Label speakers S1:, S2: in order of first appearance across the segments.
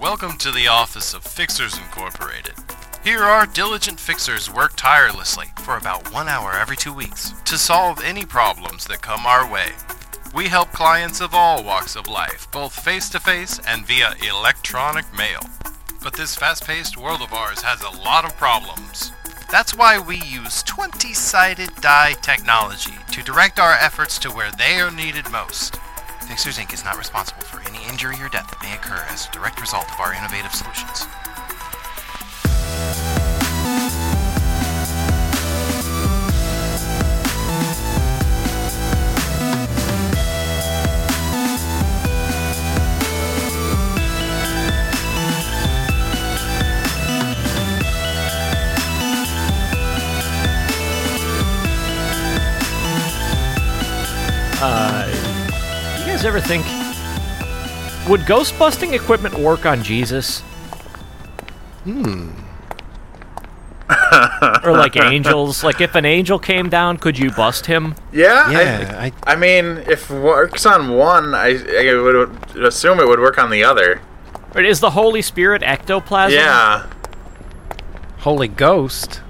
S1: Welcome to the office of Fixers Incorporated. Here, our diligent fixers work tirelessly for about one hour every two weeks to solve any problems that come our way. We help clients of all walks of life, both face to face and via electronic mail. But this fast paced world of ours has a lot of problems. That's why we use 20 sided die technology to direct our efforts to where they are needed most. Fixers Inc. is not responsible for any injury or death that may occur as a direct result of our innovative solutions.
S2: Uh, you guys ever think would ghost busting equipment work on Jesus? Hmm. or like angels? Like if an angel came down, could you bust him?
S3: Yeah.
S4: Yeah,
S3: I, I mean, if works on one, I, I would assume it would work on the other.
S2: Or is the Holy Spirit ectoplasm?
S3: Yeah.
S4: Holy Ghost.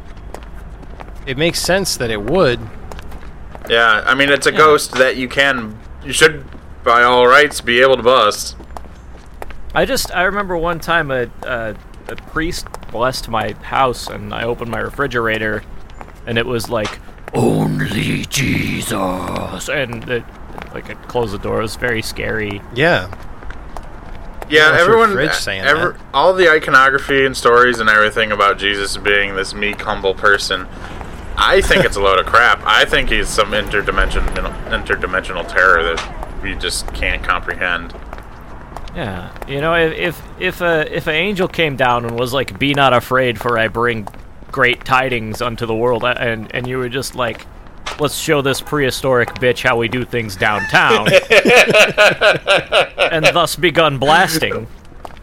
S4: It makes sense that it would.
S3: Yeah. I mean, it's a ghost that you can, you should, by all rights, be able to bust.
S2: I just I remember one time a, a a priest blessed my house, and I opened my refrigerator, and it was like only Jesus, and it, like I closed the door. It was very scary.
S4: Yeah.
S3: Yeah,
S4: Unless your
S3: everyone.
S4: fridge saying
S3: ever-
S4: that.
S3: All the iconography and stories and everything about Jesus being this meek, humble person. I think it's a load of crap. I think he's some interdimensional, interdimensional terror that we just can't comprehend.
S2: Yeah, you know, if if if a if an angel came down and was like, "Be not afraid, for I bring great tidings unto the world," a- and and you were just like, "Let's show this prehistoric bitch how we do things downtown," and thus begun blasting.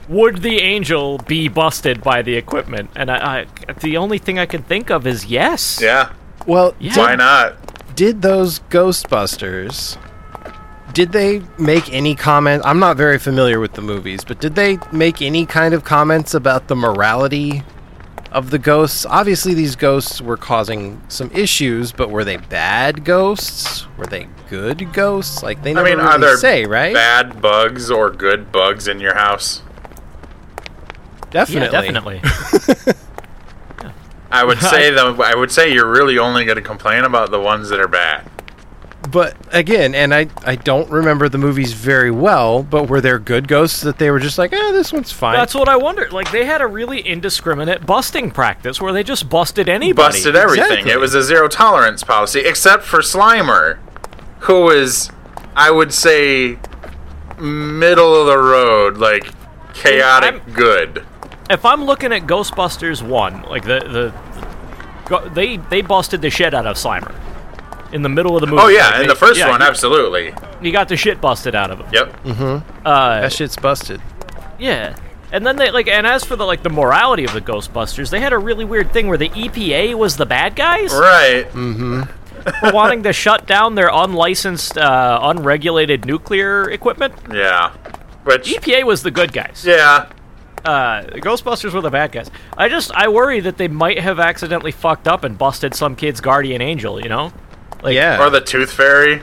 S2: Would the angel be busted by the equipment? And I, I the only thing I can think of is yes.
S3: Yeah.
S4: Well,
S2: Yeah.
S3: Why not?
S4: did those Ghostbusters did they make any comment? I'm not very familiar with the movies, but did they make any kind of comments about the morality of the ghosts? Obviously, these ghosts were causing some issues, but were they bad ghosts? Were they good ghosts? Like they
S3: I
S4: never
S3: mean,
S4: really
S3: are there
S4: say, right?
S3: bad bugs or good bugs in your house?
S4: Definitely.
S2: Yeah, definitely.
S3: I would say the I would say you're really only going to complain about the ones that are bad.
S4: But again, and I I don't remember the movies very well, but were there good ghosts that they were just like, "Ah, this one's fine."
S2: That's what I wondered. Like they had a really indiscriminate busting practice where they just busted anybody.
S3: Busted everything.
S4: Exactly.
S3: It was a zero tolerance policy, except for Slimer, who is, I would say, middle of the road, like chaotic
S2: I'm-
S3: good.
S2: if I'm looking at Ghostbusters one, like the the, go, they they busted the shit out of Slimer in the middle of the movie.
S3: Oh yeah,
S2: Like,
S3: in
S2: they-
S3: the first
S2: yeah,
S3: one,
S2: he,
S3: absolutely.
S2: he got the shit busted out of him.
S3: Yep.
S4: Mm.
S2: Uh,
S4: that shit's busted.
S2: yeah. And then they like, and as for the like the morality of the Ghostbusters, they had a really weird thing where the EPA was the bad guys
S3: Right.
S4: Mm.
S2: for wanting to shut down their unlicensed, uh, unregulated nuclear equipment.
S3: Yeah. Which.
S2: EPA was the good guys.
S3: Yeah.
S2: Uh, the Ghostbusters were the bad guys. I just I worry that they might have accidentally fucked up and busted some kid's guardian angel. You know, like
S4: yeah.
S3: Or the Tooth Fairy.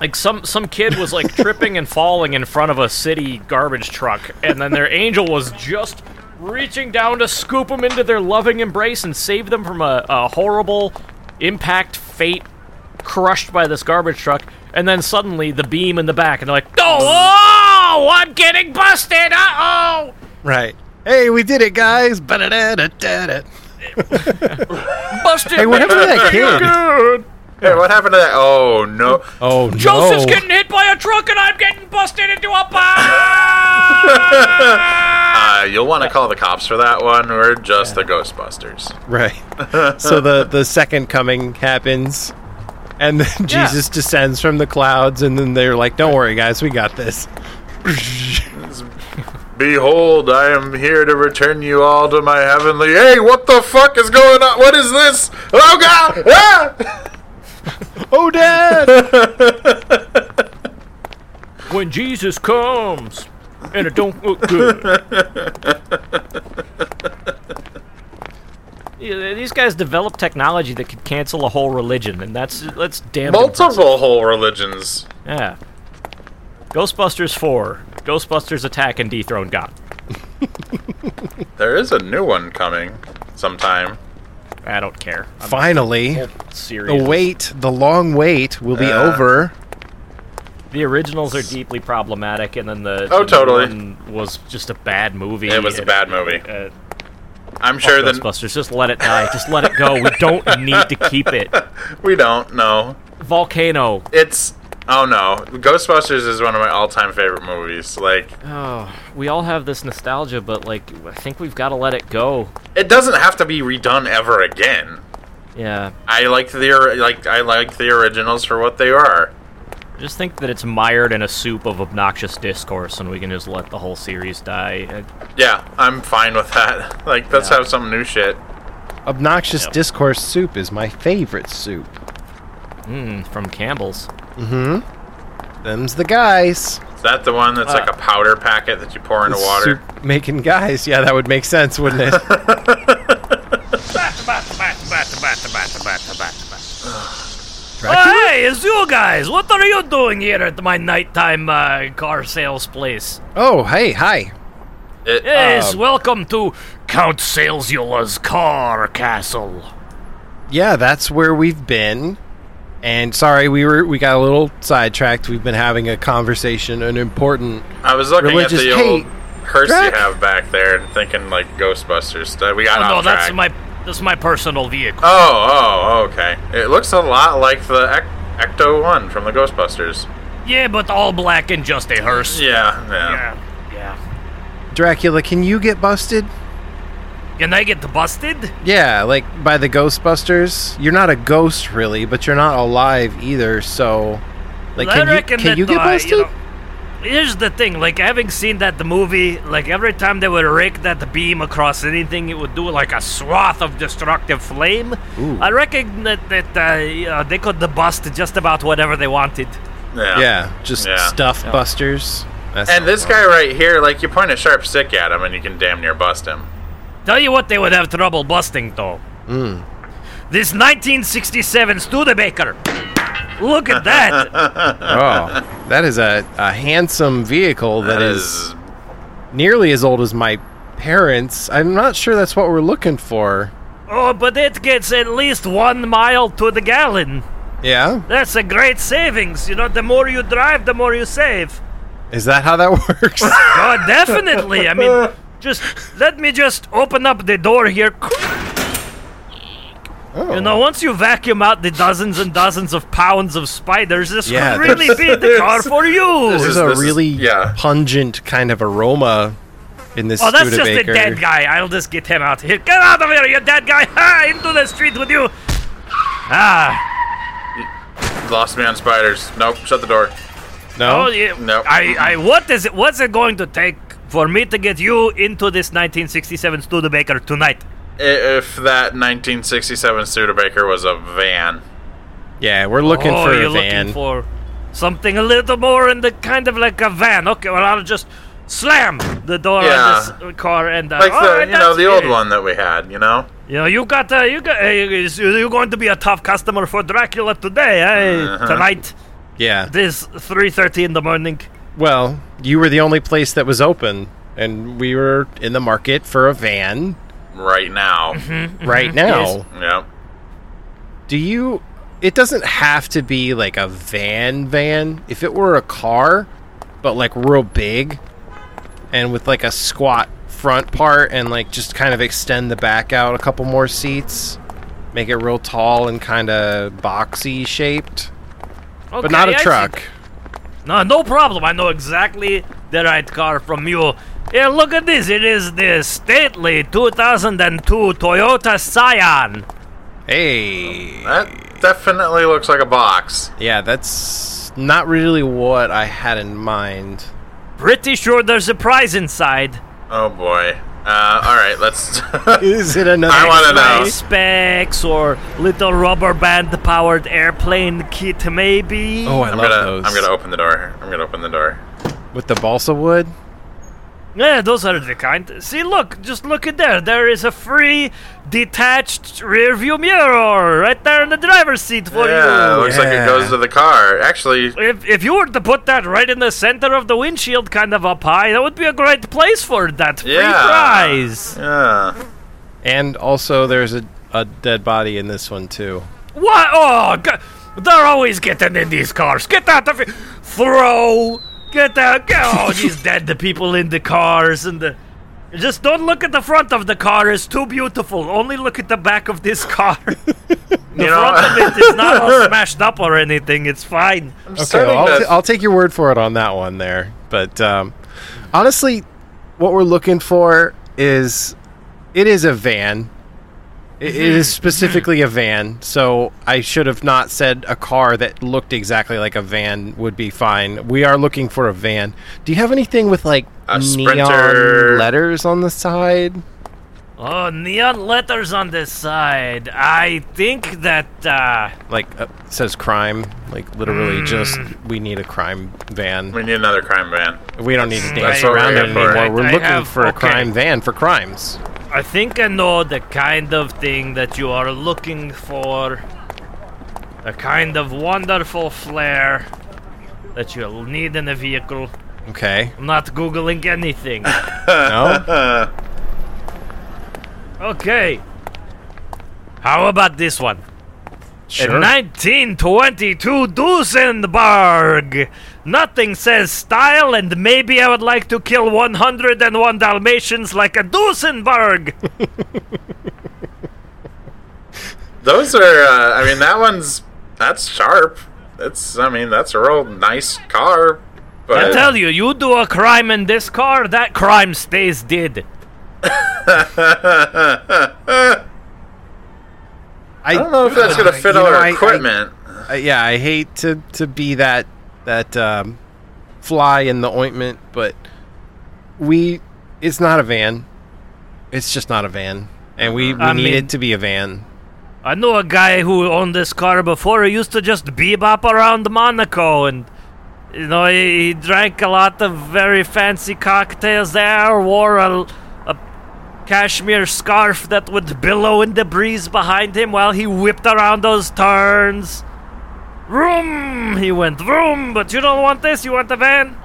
S2: like some some kid was like tripping and falling in front of a city garbage truck, and then their angel was just reaching down to scoop them into their loving embrace and save them from a, a horrible impact fate crushed by this garbage truck. And then suddenly the beam in the back, and they're like, "Oh, oh I'm getting busted! Uh oh!"
S4: Right. Hey, we did it, guys! Ba-da-da-da-da-da.
S2: Busted.
S4: Hey, what happened to that kid?
S2: Good.
S3: Hey, what happened to that? Oh no.
S4: Oh no!
S2: Joseph's getting hit by a truck and I'm getting busted into a bar.
S3: Uh, you'll want to call the cops for that one. We're just the Ghostbusters.
S4: right. So the the second coming happens, and then
S2: Yeah.
S4: Jesus descends from the clouds, and then they're like, "Don't worry, guys, we got this."
S3: Behold, I am here to return you all to my heavenly. Hey, what the fuck is going on? What is this? Oh God! Ah!
S4: Oh, Dad!
S2: when Jesus comes, and it don't look good. Yeah, these guys developed technology that could cancel a whole religion, and that's that's damn impressive.
S3: Multiple whole religions.
S2: Yeah. Ghostbusters four. Ghostbusters attack and dethrone God.
S3: There is a new one coming sometime.
S2: I don't care. I'm
S4: Finally, the
S2: serious.
S4: wait, the long wait will be
S3: Uh,
S4: over.
S2: The originals are deeply problematic, and then the the
S3: Oh,
S2: new
S3: totally.
S2: one was just a bad movie.
S3: It was a
S2: and-
S3: bad movie.
S2: Uh,
S3: I'm
S2: sure
S3: sure that
S2: Ghostbusters, just let it die. Just let it go. We don't need to keep it.
S3: we don't know.
S2: Volcano.
S3: It's oh no, Ghostbusters is one of my all-time favorite movies. Like
S2: Oh, we all have this nostalgia, but like, I think we've got to let it go.
S3: it doesn't have to be redone ever again.
S2: Yeah,
S3: I like the or- like I like the originals for what they are.
S2: I just think that it's mired in a soup of obnoxious discourse, and we can just let the whole series die. Uh,
S3: Yeah, I'm fine with that. Like let's
S2: Yeah.
S3: have some new shit.
S4: Obnoxious
S2: Yep.
S4: discourse soup is my favorite soup.
S2: Mm, from Campbell's.
S4: Them's the guys.
S3: Is that the one that's like
S2: Uh,
S3: a powder packet that you pour into water?
S4: Soup making guys. Yeah, that would make sense, wouldn't it?
S2: Oh, Hey, it's you guys. What are you doing here at my nighttime uh, car sales place?
S4: oh, hey, hi.
S3: It-
S2: Yes, welcome to Count Salesula's Car Castle.
S4: Yeah, that's where we've been. And sorry, we were we got a little sidetracked. We've been having a conversation, an important.
S3: I was looking at
S4: Religious
S3: the
S4: hate.
S3: old hearse
S4: Drac.
S3: you have back there and thinking like Ghostbusters. Uh, We got
S2: Oh, no,
S3: off track.
S2: that's my that's my personal vehicle.
S3: Oh, oh, okay. It looks a lot like the Ec- Ecto One from the Ghostbusters.
S2: Yeah, but all black and just a hearse.
S3: Yeah, yeah.
S2: Yeah, yeah.
S4: Dracula, can you get busted?
S2: Can I get busted?
S4: Yeah, like by the Ghostbusters. You're not a ghost, really, but you're not alive either. So, like,
S2: I
S4: can you
S2: reckon
S4: can
S2: that,
S4: you get
S2: uh,
S4: busted?
S2: know, here's the thing, like having seen that the movie, like every time they would rake that beam across anything, it would do like a swath of destructive flame.
S4: Ooh.
S2: I reckon that, that uh, uh, they could bust just about whatever they wanted.
S3: yeah.
S4: yeah, just
S3: Yeah.
S4: stuff busters. That's
S3: And this guy right here, like you point a sharp stick at him and you can damn near bust him.
S2: Tell you what, they would have trouble busting though.
S4: Hmm.
S2: This 1967 Studebaker. Look at that.
S4: oh, that is a, a handsome vehicle
S3: That is,
S4: nearly as old as my parents. I'm not sure that's what we're looking for.
S2: oh, but it gets at least one mile to the gallon.
S4: Yeah,
S2: That's a great savings. You know, the more you drive, the more you save.
S4: is that how that works?
S2: Oh, definitely. I mean, just let me just open up the door here.
S4: Oh.
S2: You know, once you vacuum out the dozens and dozens of pounds of spiders, this
S4: Yeah,
S2: could really be the car for you.
S3: this
S4: There's
S3: is-
S4: a
S3: this is-
S4: really
S3: yeah.
S4: pungent kind of aroma in this
S2: Oh, that's just the
S4: Studebaker.
S2: dead guy. I'll just get him out here. Get out of here, you dead guy! Ha! Into the street with you! Ah!
S3: lost me on spiders. Nope, shut the door.
S4: No,
S2: Oh, yeah.
S3: No.
S2: I, I, what is it? What's it going to take for me to get you into this 1967 Studebaker tonight?
S3: I- If that 1967 Studebaker was a van,
S4: yeah, we're looking
S2: oh,
S4: for
S2: you're
S4: a van.
S2: looking for something a little more in the kind of like a van. Okay, well, I'll just slam the door
S3: Yeah.
S2: on this uh, car and uh,
S3: like
S2: all
S3: the
S2: right,
S3: you know
S2: that's
S3: the old
S2: it.
S3: one that we had, you know.
S2: You know, you got, uh, you got, uh, is- you're going to be a tough customer for Dracula today, eh?
S3: Uh-huh.
S2: Tonight.
S4: Yeah.
S2: This 3:30 in the morning.
S4: Well, you were the only place that was open, and we were in the market for a van
S3: Right now.
S2: Mm-hmm.
S4: right now.
S3: yep.
S4: Do you? It doesn't have to be like a van van. If it were a car, but like real big, and with like a squat front part, and like just kind of extend the back out a couple more seats, make it real tall and kind of boxy shaped, but not a
S2: a
S4: truck.
S2: No, no problem. I know exactly the right car from you. Yeah, look at this. It is the stately 2002 Toyota Scion.
S4: Hey,
S3: That definitely looks like a box.
S4: yeah, that's not really what I had in mind.
S2: Pretty sure there's a prize inside.
S3: Oh boy. Uh, all right, let's.
S4: Is it another?
S3: I wanna know.
S2: Prize specs or little rubber band powered airplane kit, maybe.
S4: Oh, I
S3: I'm
S4: love
S3: gonna
S4: those.
S3: I'm gonna open the door. I'm gonna open the door.
S4: with the balsa wood.
S2: Yeah, those are the kind. See, look, just look at there. There is a free detached rear view mirror right there in the driver's seat for
S3: yeah,
S2: you.
S3: looks like it
S4: Yeah.
S3: goes to the car. Actually,
S2: If, if you were to put that right in the center of the windshield, kind of up high, that would be a great place for that free
S3: Yeah.
S2: prize.
S3: yeah.
S4: And also, there's a, a dead body in this one too.
S2: What? Oh, God. they're always getting in these cars. Get out of here. Throw. Get out. Get oh, these dead the people in the cars and the. Just don't look at the front of the car. It's too beautiful. Only look at the back of this car. the front of it is not all smashed up or anything. It's fine.
S4: Okay, well,
S3: starting
S4: I'll,
S3: to-
S4: t- I'll take your word for it on that one there. But um, honestly, what we're looking for is it is a van. I- It is specifically a van, so I should have not said a car that looked exactly like a van would be fine. We are looking for a van. Do you have anything with like
S3: A Sprinter.
S4: neon letters on the side?
S2: Oh, neon letters on the side. I think that. uh...
S4: Like uh, says crime, like literally just we need a crime van.
S3: We need another crime van.
S4: We don't need to dance
S2: Right,
S4: around
S3: right,
S4: it anymore.
S2: right.
S4: We're
S2: I
S4: looking
S2: have-
S4: for a
S2: okay.
S4: crime van for crimes.
S2: I think I know the kind of thing that you are looking for. The kind of wonderful flair that you'll need in a vehicle.
S4: Okay.
S2: I'm not googling anything.
S4: No.
S3: Uh,
S2: okay. How about this one?
S4: sure.
S2: In 1922 Duesenberg. Nothing says style, and maybe I would like to kill 101 Dalmatians like a Duesenberg.
S3: those are. Uh, I mean, that one's that's sharp. That's. I mean, that's a real nice car. But
S2: I tell you, you do a crime in this car, that crime stays dead.
S4: I,
S3: I don't know if that's gonna fit
S4: You
S3: all
S4: know,
S3: our
S4: I- I-
S3: equipment.
S4: I- yeah, I hate to to be that that um, fly in the ointment, but we it's not a van. It's just not a van, and we, we
S2: I
S4: need
S2: mean-
S4: it to be a van.
S2: I know a guy who owned this car before. He used to just bebop around Monaco, and you know he, he drank a lot of very fancy cocktails there. Wore a, a cashmere scarf that would billow in the breeze behind him while he whipped around those turns. Vroom! He went vroom. But you don't want this. You want the van.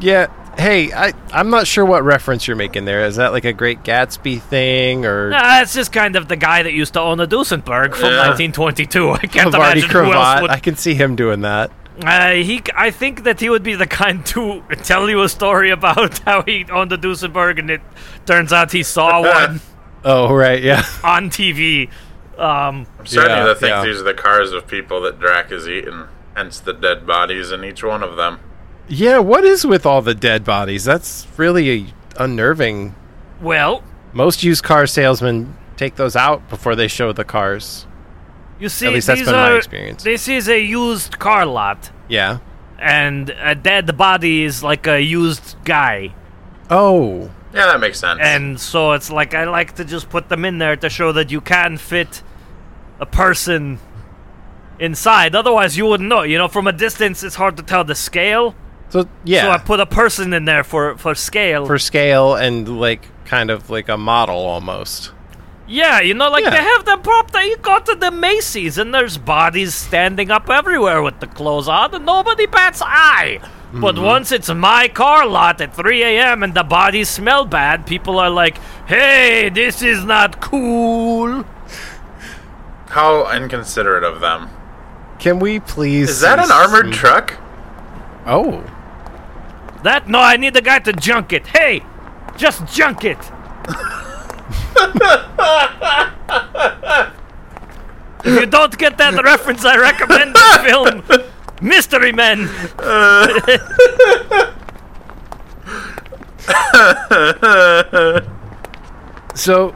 S4: Yeah. Hey, I I'm not sure what reference you're making there. Is that like a Great Gatsby thing or?
S2: Nah, Ah, it's just kind of the guy that used to own a Duesenberg from
S3: Yeah.
S2: 1922. I can't
S4: Vardy
S2: imagine who else
S4: Cravat.
S2: would.
S4: I can see him doing that.
S2: Uh, he, c- I think that he would be the kind to tell you a story about how he owned a Duesenberg, and it turns out he saw one
S4: Oh right, yeah.
S2: on TV. Um,
S3: I'm starting
S4: Yeah,
S3: to think
S4: yeah.
S3: these are the cars of people that Drac has eaten, hence the dead bodies in each one of them.
S4: Yeah, what is with all the dead bodies? That's really unnerving.
S2: well,
S4: Most used car salesmen take those out before they show the cars.
S2: you see,
S4: least that's
S2: these
S4: been my
S2: are,
S4: experience.
S2: This is a used car lot,
S4: Yeah.
S2: and a dead body is like a used guy.
S4: Oh.
S3: Yeah, that makes sense.
S2: And so it's like I like to just put them in there to show that you can fit a person inside. Otherwise, you wouldn't know. You know, from a distance, it's hard to tell the scale.
S4: So yeah.
S2: So I put a person in there for for scale.
S4: for scale and like kind of like a model almost.
S2: yeah, you know, like
S4: Yeah.
S2: they have the prop that you go to the Macy's, and there's bodies standing up everywhere with the clothes on, and nobody bats eye. But
S4: Mm-hmm.
S2: once it's my car lot at 3 a.m. and the bodies smell bad, people are like, "Hey, this is not cool."
S3: How inconsiderate of them.
S4: Can we please
S3: Is that
S4: see
S3: an
S4: some-
S3: armored truck?
S4: Oh.
S2: That no, I need the guy to junk it. Hey, just junk it. if you don't get that reference, I recommend the film Mystery Men.
S4: So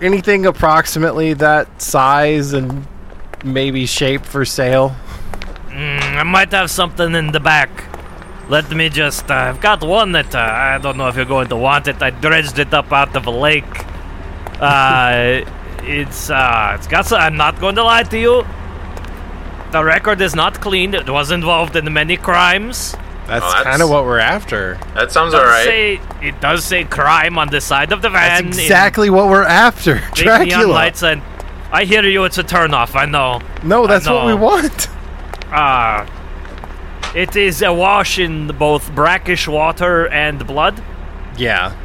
S4: anything approximately that size and maybe shape for sale?
S2: I might have something in the back. Let me just. Uh, I've got one that uh, I don't know if you're going to want it. I dredged it up out of a lake. Uh, it's uh, it's got. Some, I'm not going to lie to you. The record is not clean. It was involved in many crimes.
S4: That's,
S3: that's-
S4: kind of what we're after.
S3: That sounds
S5: Does
S3: all right.
S5: say- it does say crime on the side of the
S4: That's
S5: van. in
S4: exactly what we're after.
S5: big
S4: Dracula.
S5: neon lights, and I hear you. It's a turnoff. I know.
S4: No, that's
S5: I
S4: what we
S5: know.
S4: want.
S2: Uh,
S5: Ah, it is awash in both brackish water and blood.
S4: Yeah.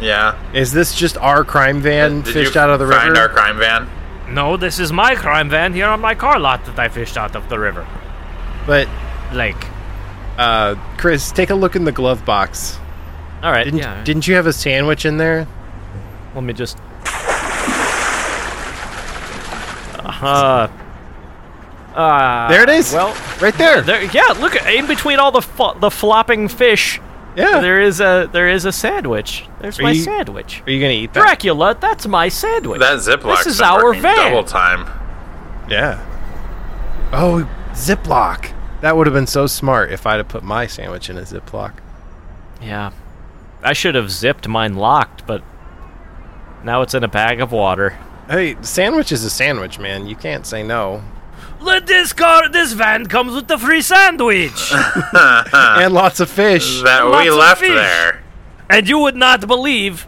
S3: yeah.
S4: Is this just our crime van
S3: Did
S4: fished
S3: you
S4: out of the
S3: find
S4: river?
S3: our crime van?
S5: No, this is my crime van here on my car lot that I fished out of the river
S4: but
S5: lake.
S4: uh, Chris, take a look in the glove box.
S2: All right.
S4: Didn't,
S2: yeah.
S4: didn't you have a sandwich in there?
S2: Let me just. Uh. Uh.
S4: There it is.
S2: Well,
S4: right there.
S2: there. Yeah. Look in between all the fo- the flopping fish.
S4: yeah.
S2: There is a there is a sandwich. There's
S4: Are
S2: my
S4: you-
S2: sandwich.
S4: Are you gonna eat that?
S2: Dracula, that's my sandwich.
S3: That Ziploc
S2: This is our van.
S3: double time.
S4: Yeah. Oh, Ziploc. That would have been so smart if I'd have put my sandwich in a Ziploc.
S2: Yeah. I should have zipped mine locked, but now it's in a bag of water.
S4: Hey, sandwich is a sandwich, man. You can't say no.
S5: Let this car, this van comes with the free sandwich, Uh,
S4: and lots of fish.
S3: That
S5: Lots
S3: we
S5: of
S3: left
S5: fish.
S3: there.
S5: and you would not believe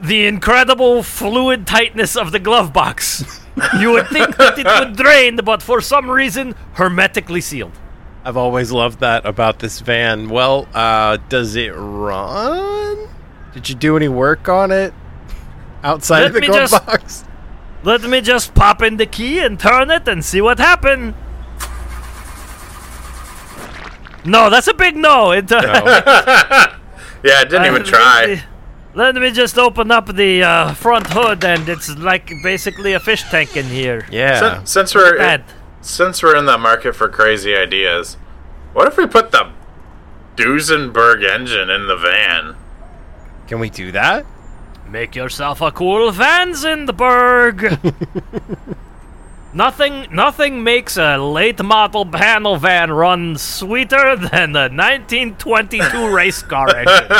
S5: the incredible fluid tightness of the glove box. you would think that it would drain, but for some reason, hermetically sealed.
S4: I've always loved that about this van. Well, uh, does it run? Did you do any work on it outside
S5: Let
S4: of the
S5: me
S4: glove
S5: just-
S4: box?
S5: Let me just pop in the key and turn it and see what happens. No, that's a big no. It, uh,
S3: Yeah, I didn't
S5: Uh,
S3: even
S5: Let
S3: try.
S5: me, let me just open up the uh, front hood, and it's like basically a fish tank in here.
S4: Yeah.
S3: Sin- since we're
S5: Bad.
S3: since we're in the market for crazy ideas, what if we put the Duesenberg engine in the van?
S4: Can we do that?
S5: Make yourself a cool Vanzenberg. nothing, nothing makes a late model panel van run sweeter than a 1922 race car engine.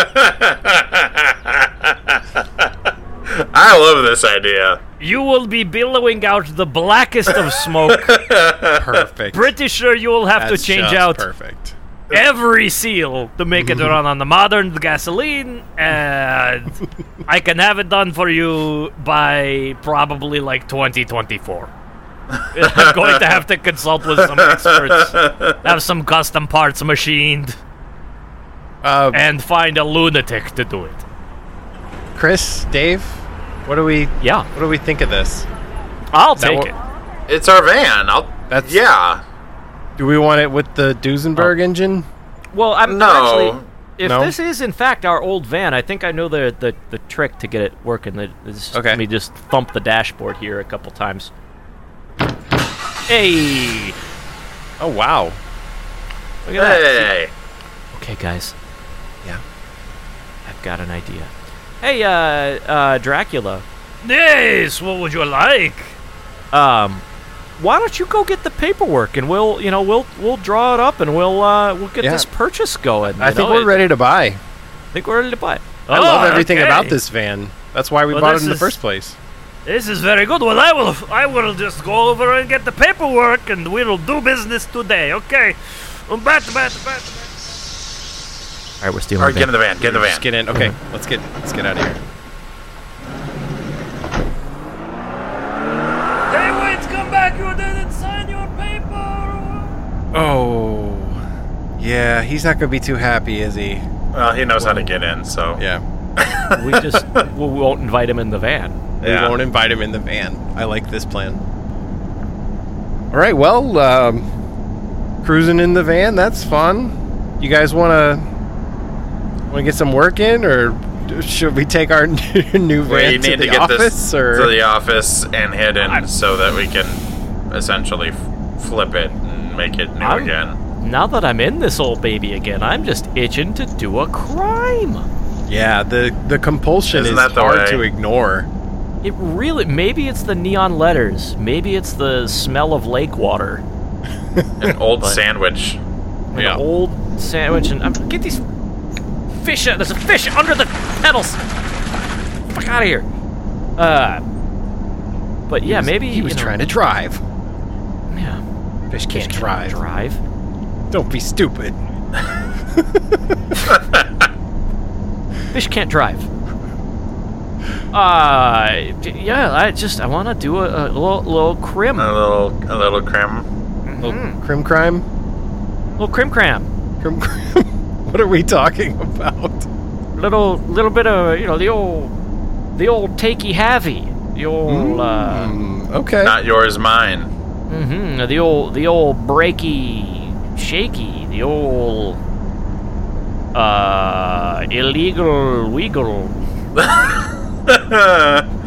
S3: I love this idea.
S5: You will be billowing out the blackest of smoke.
S4: Perfect.
S5: Pretty sure you will have
S4: That's
S5: Uh, to change
S4: just
S5: out
S4: Perfect.
S5: every seal to make it run on the modern gasoline, and I can have it done for you by probably like 2024. I'm going to have to consult with some experts, have some custom parts machined,
S4: Uh,
S5: and find a lunatic to do it.
S4: Chris, Dave, what do we?
S2: Yeah.
S4: What do we think of this?
S2: I'll take
S4: wa-
S2: it.
S3: It's our van. I'll.
S4: That's-
S3: yeah.
S4: Do we want it with the Duesenberg
S5: Oh.
S4: engine?
S2: Well, I'm
S3: No.
S2: actually. If
S4: No?
S2: this is in fact our old van, I think I know the the, the trick to get it working. The- It's just,
S4: Okay.
S2: Let me just thump the dashboard here a couple times. Hey.
S4: Oh wow.
S2: Look at that.
S3: Hey.
S2: Okay, guys.
S4: Yeah.
S2: I've got an idea. Hey, uh, uh, Dracula.
S5: Yes, what would you like?
S2: Um, why don't you go get the paperwork and we'll, you know, we'll we'll draw it up and we'll uh we'll get
S4: Yeah.
S2: this purchase going.
S4: I
S2: you
S4: think
S2: know?
S4: we're ready to buy.
S2: I think we're ready to buy. it.
S4: I love everything
S5: Oh, okay.
S4: about this van. That's why we
S5: Well,
S4: bought
S5: this
S4: it in the
S5: is-
S4: first place.
S5: This is very good. Well, I will. I will just go over and get the paperwork, and we will do business today. Okay. Um, bat, bat, bat.
S2: All right, we're stealing.
S3: All right,
S2: the
S3: get
S2: van.
S3: in the van. Get in the van.
S4: Just get in. Okay, let's get let's get out of here.
S5: Hey, wait! Come back! You didn't sign your paper.
S4: Oh, yeah. He's not gonna be too happy, is he?
S3: Well, he knows how to get in, so.
S4: Yeah.
S2: we just we won't invite him in the van.
S3: Yeah.
S4: We won't invite him in the van. I like this plan. All right. Well, um, cruising in the van. That's fun. You guys wanna wanna get some work in, or should we take our new van to
S3: We need
S4: the
S3: to get
S4: office?
S3: this
S4: or
S3: to the office and hidden so that we can essentially f- flip it and make it new
S2: I'm-
S3: again.
S2: Now that I'm in this old baby again, I'm just itching to do a crime.
S4: yeah, the the compulsion
S3: Isn't
S4: is
S3: that the
S4: hard
S3: way?
S4: to ignore.
S2: It really maybe it's the neon letters, maybe it's the smell of lake water,
S3: An old
S2: But-
S3: sandwich.
S2: an
S4: Yeah.
S2: old sandwich, and um, get these fish out. There's a fish under the pedals. Fuck out of here. Uh, but yeah, maybe
S4: he was trying to drive.
S2: to. Yeah,
S4: Fish can't
S2: drive.
S4: Don't be stupid.
S2: Fish can't drive. Uh, d- yeah, I just I want to do a, a little little crim, Mm-hmm.
S3: A little, a little crim.
S2: Hmm.
S4: Little Crim crime?
S2: little crim cram,
S4: Crim crime? what are we talking about?
S2: little little bit of you know the old the old takey havey, the old uh,
S4: Mm, okay.
S3: Not yours, mine.
S2: hmm the old the old breaky shaky, the old uh illegal wiggle.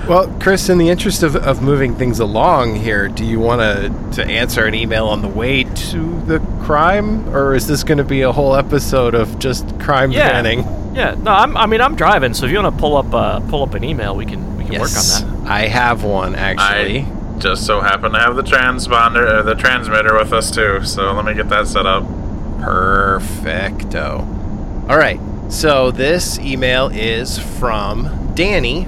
S4: Well, Chris, in the interest of, of moving things along here, do you want to to answer an email on the way to the crime, or is this going to be a whole episode of just crime
S2: Yeah.
S4: planning?
S2: Yeah, no, I'm, I mean I'm driving, so if you want to pull up uh, pull up an email, we can we can work on that.
S4: I have one actually.
S3: I just so happen to have the transponder, uh, the transmitter with us too. So let me get that set up.
S4: Perfecto. All right. So this email is from Danny.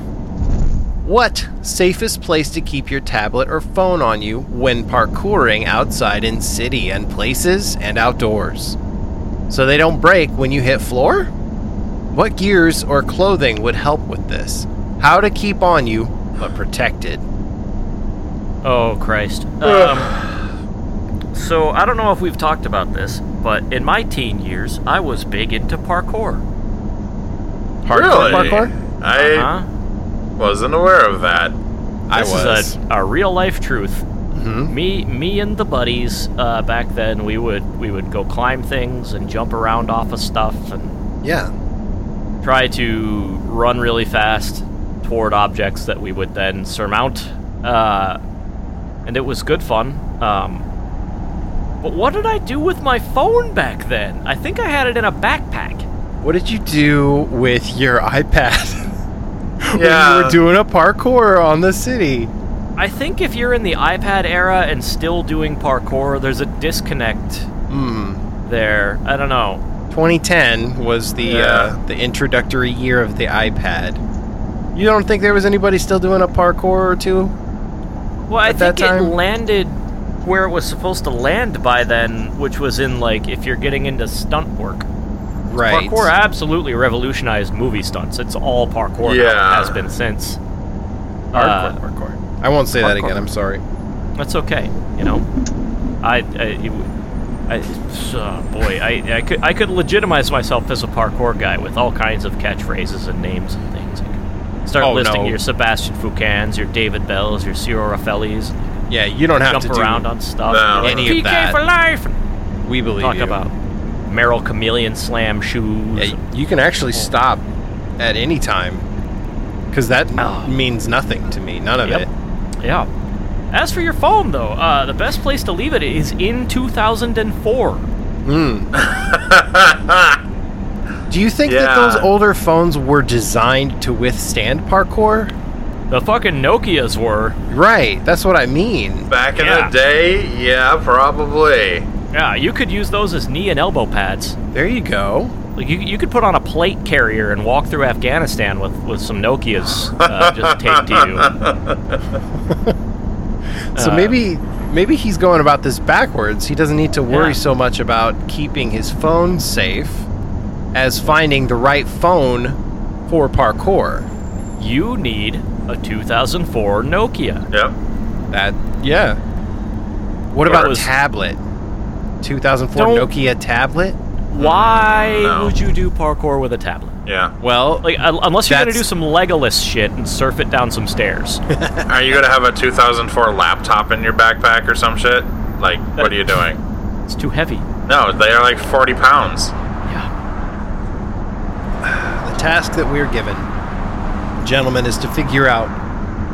S4: What safest place to keep your tablet or phone on you when parkouring outside in city and places and outdoors? So they don't break when you hit floor? What gears or clothing would help with this? How to keep on you but protected?
S2: Oh Christ. Um, so I don't know if we've talked about this, but in my teen years, I was big into parkour.
S4: Hardcore parkour?
S3: I
S2: Huh?
S3: wasn't aware of that.
S4: I
S2: This
S4: was.
S2: is a, a real life truth.
S4: Mhm.
S2: Me, me and the buddies uh, back then, we would we would go climb things and jump around off of stuff and
S4: Yeah.
S2: try to run really fast toward objects that we would then surmount. Uh, and it was good fun. Um, but what did I do with my phone back then? I think I had it in a backpack.
S4: What did you do with your iPad?
S3: Yeah,
S4: we were doing a parkour on the city.
S2: I think if you're in the iPad era and still doing parkour, there's a disconnect
S4: Hmm.
S2: there. I don't know.
S4: 2010 was the
S3: Yeah.
S4: uh, the introductory year of the iPad. You don't think there was anybody still doing a parkour or two?
S2: Well, I
S4: At that
S2: think it
S4: time?
S2: landed where it was supposed to land by then, which was in like if you're getting into stunt work.
S4: Right.
S2: Parkour absolutely revolutionized movie stunts. It's all parkour now,
S3: Yeah.
S2: has been since.
S4: Hardcore
S2: Uh,
S4: parkour. I won't say that
S2: Parkour.
S4: again. I'm sorry.
S2: That's okay, you know. I, I, it w- I- oh, boy, I, I could, I could legitimize myself as a parkour guy with all kinds of catchphrases and names and things. I could start
S4: Oh,
S2: listing
S4: no.
S2: your Sebastian Foucans, your David Bells, your Ciro Raffellis,
S4: Yeah, you don't have
S2: jump
S4: to do
S2: around on stuff.
S3: No.
S2: Like,
S4: Any of
S2: PK
S4: that.
S2: for life.
S4: We believe
S2: Talk
S4: you.
S2: about Merrill Chameleon Slam shoes.
S4: Yeah, you can actually stop at any time because that
S2: Oh.
S4: means nothing to me. None of
S2: Yep.
S4: it.
S2: Yeah. As for your phone, though, uh, the best place to leave it is in 2004.
S4: Mm. Do you think that
S3: Yeah.
S4: those older phones were designed to withstand parkour?
S2: The fucking Nokias were.
S4: Right. That's what I mean.
S3: back in
S2: Yeah.
S3: the day, yeah, probably.
S2: Yeah, you could use those as knee and elbow pads.
S4: There you go.
S2: Like you, you could put on a plate carrier and walk through Afghanistan with, with some Nokias uh, just taped to
S4: So
S2: Uh,
S4: maybe maybe he's going about this backwards. He doesn't need to worry
S2: Yeah.
S4: so much about keeping his phone safe as finding the right phone for parkour.
S2: you. You need a 2004 Nokia.
S3: Yep.
S4: That yeah. What
S2: Or
S4: about
S2: it was-
S4: tablet? 2004
S2: Don't-
S4: Nokia tablet?
S2: Why
S3: No.
S2: would you do parkour with a tablet?
S3: Yeah.
S4: Well,
S2: Like un- unless you're gonna
S4: That's-
S2: do some Legolas shit and surf it down some stairs.
S3: Are you gonna have a 2004 laptop in your backpack or some shit? Like, what are you doing?
S2: it's too heavy.
S3: No, they are like 40 pounds.
S2: Yeah.
S4: the task that we're given, gentlemen, is to figure out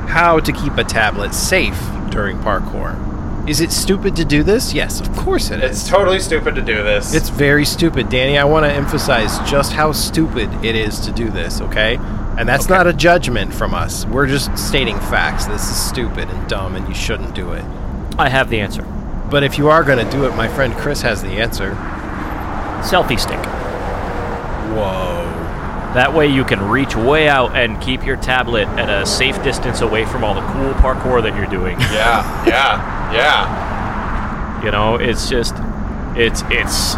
S4: how to keep a tablet safe during parkour. Is it stupid to do this? Yes, of course it is.
S3: totally stupid to do this.
S4: It's very stupid, Danny. I want to emphasize just how stupid it is to do this, okay? And that's not a judgment from us. We're just stating facts. This is stupid and dumb, and you shouldn't do it.
S2: I have the answer.
S4: But if you are going to do it, my friend Chris has the answer.
S2: Selfie stick.
S4: Whoa.
S2: That way you can reach way out and keep your tablet at a safe distance away from all the cool parkour that you're doing.
S3: yeah, yeah, yeah.
S2: You know, it's just, it's it's